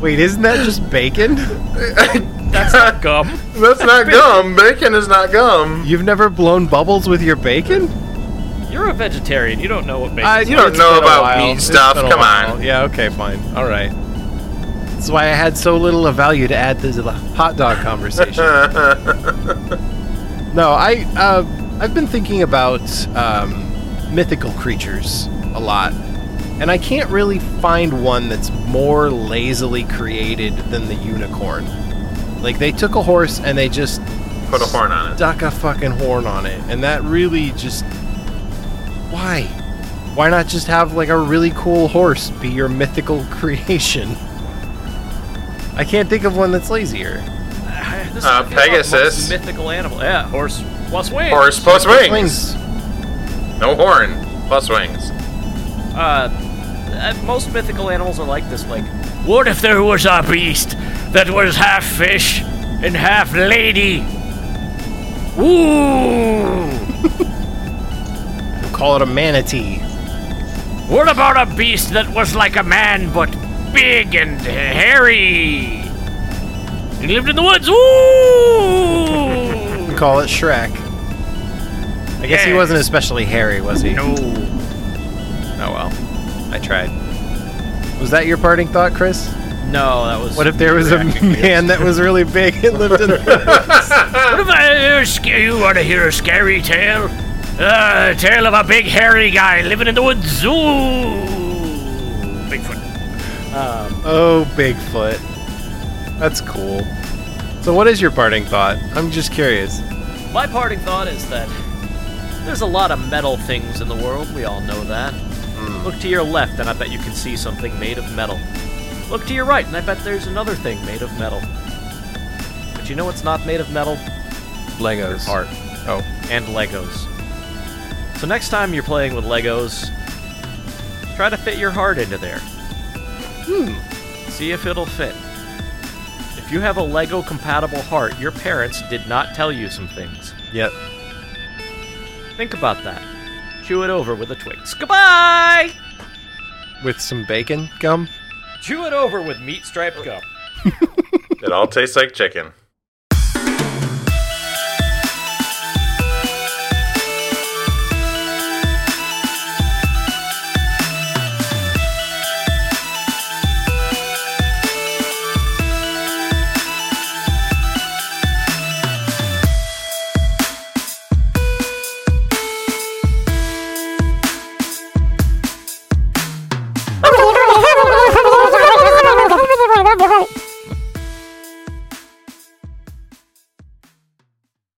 S4: Wait, isn't that just bacon?
S2: gum.
S3: That's not gum. Bacon is not gum.
S4: You've never blown bubbles with your bacon?
S2: You're a vegetarian. Uh, You don't know what bacon.
S4: I-
S2: is.
S3: You don't
S4: it's
S3: know
S4: been a
S3: about
S4: while.
S3: meat
S4: It's
S3: stuff,
S4: been a
S3: come
S4: while.
S3: on.
S4: Yeah, okay, fine. All right. That's why I had so little of value to add to the hot dog conversation. no, I uh, I've been thinking about um, mythical creatures a lot, and I can't really find one that's more lazily created than the unicorn. Like they took a horse and they just
S3: Put a horn on it.
S4: stuck a fucking horn on it, and that really just why? Why not just have like a really cool horse be your mythical creation? I can't think of one that's lazier.
S2: This is
S3: Uh,
S2: the most
S3: Pegasus.
S2: mythical animal. Yeah, horse plus wings.
S3: Horse plus
S4: Plus
S3: wings. No horn. Plus wings.
S2: Uh, uh, most mythical animals are like this. Like, what if there was a beast that was half fish and half lady? Ooh!
S4: We'll call it a manatee.
S2: What about a beast that was like a man but big and hairy? And lived in the woods.
S4: We
S2: Ooh!
S4: call it Shrek. I guess he
S2: Yes.
S4: wasn't especially hairy, was he?
S2: no.
S4: Oh well. I tried. Was that your parting thought, Chris?
S2: No, that was.
S4: What if there was a man that was really big and lived in the
S2: What if I uh, sca- you want to hear a scary tale? Uh, tale of a big hairy guy living in the woods. Ooh, Bigfoot.
S4: Oh, Bigfoot. That's cool. So, what is your parting thought? I'm just curious.
S2: My parting thought is that there's a lot of metal things in the world. We all know that. Look to your left, and I bet you can see something made of metal. Look to your right, and I bet there's another thing made of metal. But you know what's not made of metal?
S4: Legos. Art. Oh.
S2: and Legos. So next time you're playing with Legos, try to fit your heart into there. Hmm. See if it'll fit. If you have a Lego compatible heart, your parents did not tell you some things.
S4: Yep.
S2: Think about that. Chew it over with a Twix. Goodbye!
S4: With some bacon gum?
S2: Chew it over with meat striped gum.
S3: It all tastes like chicken.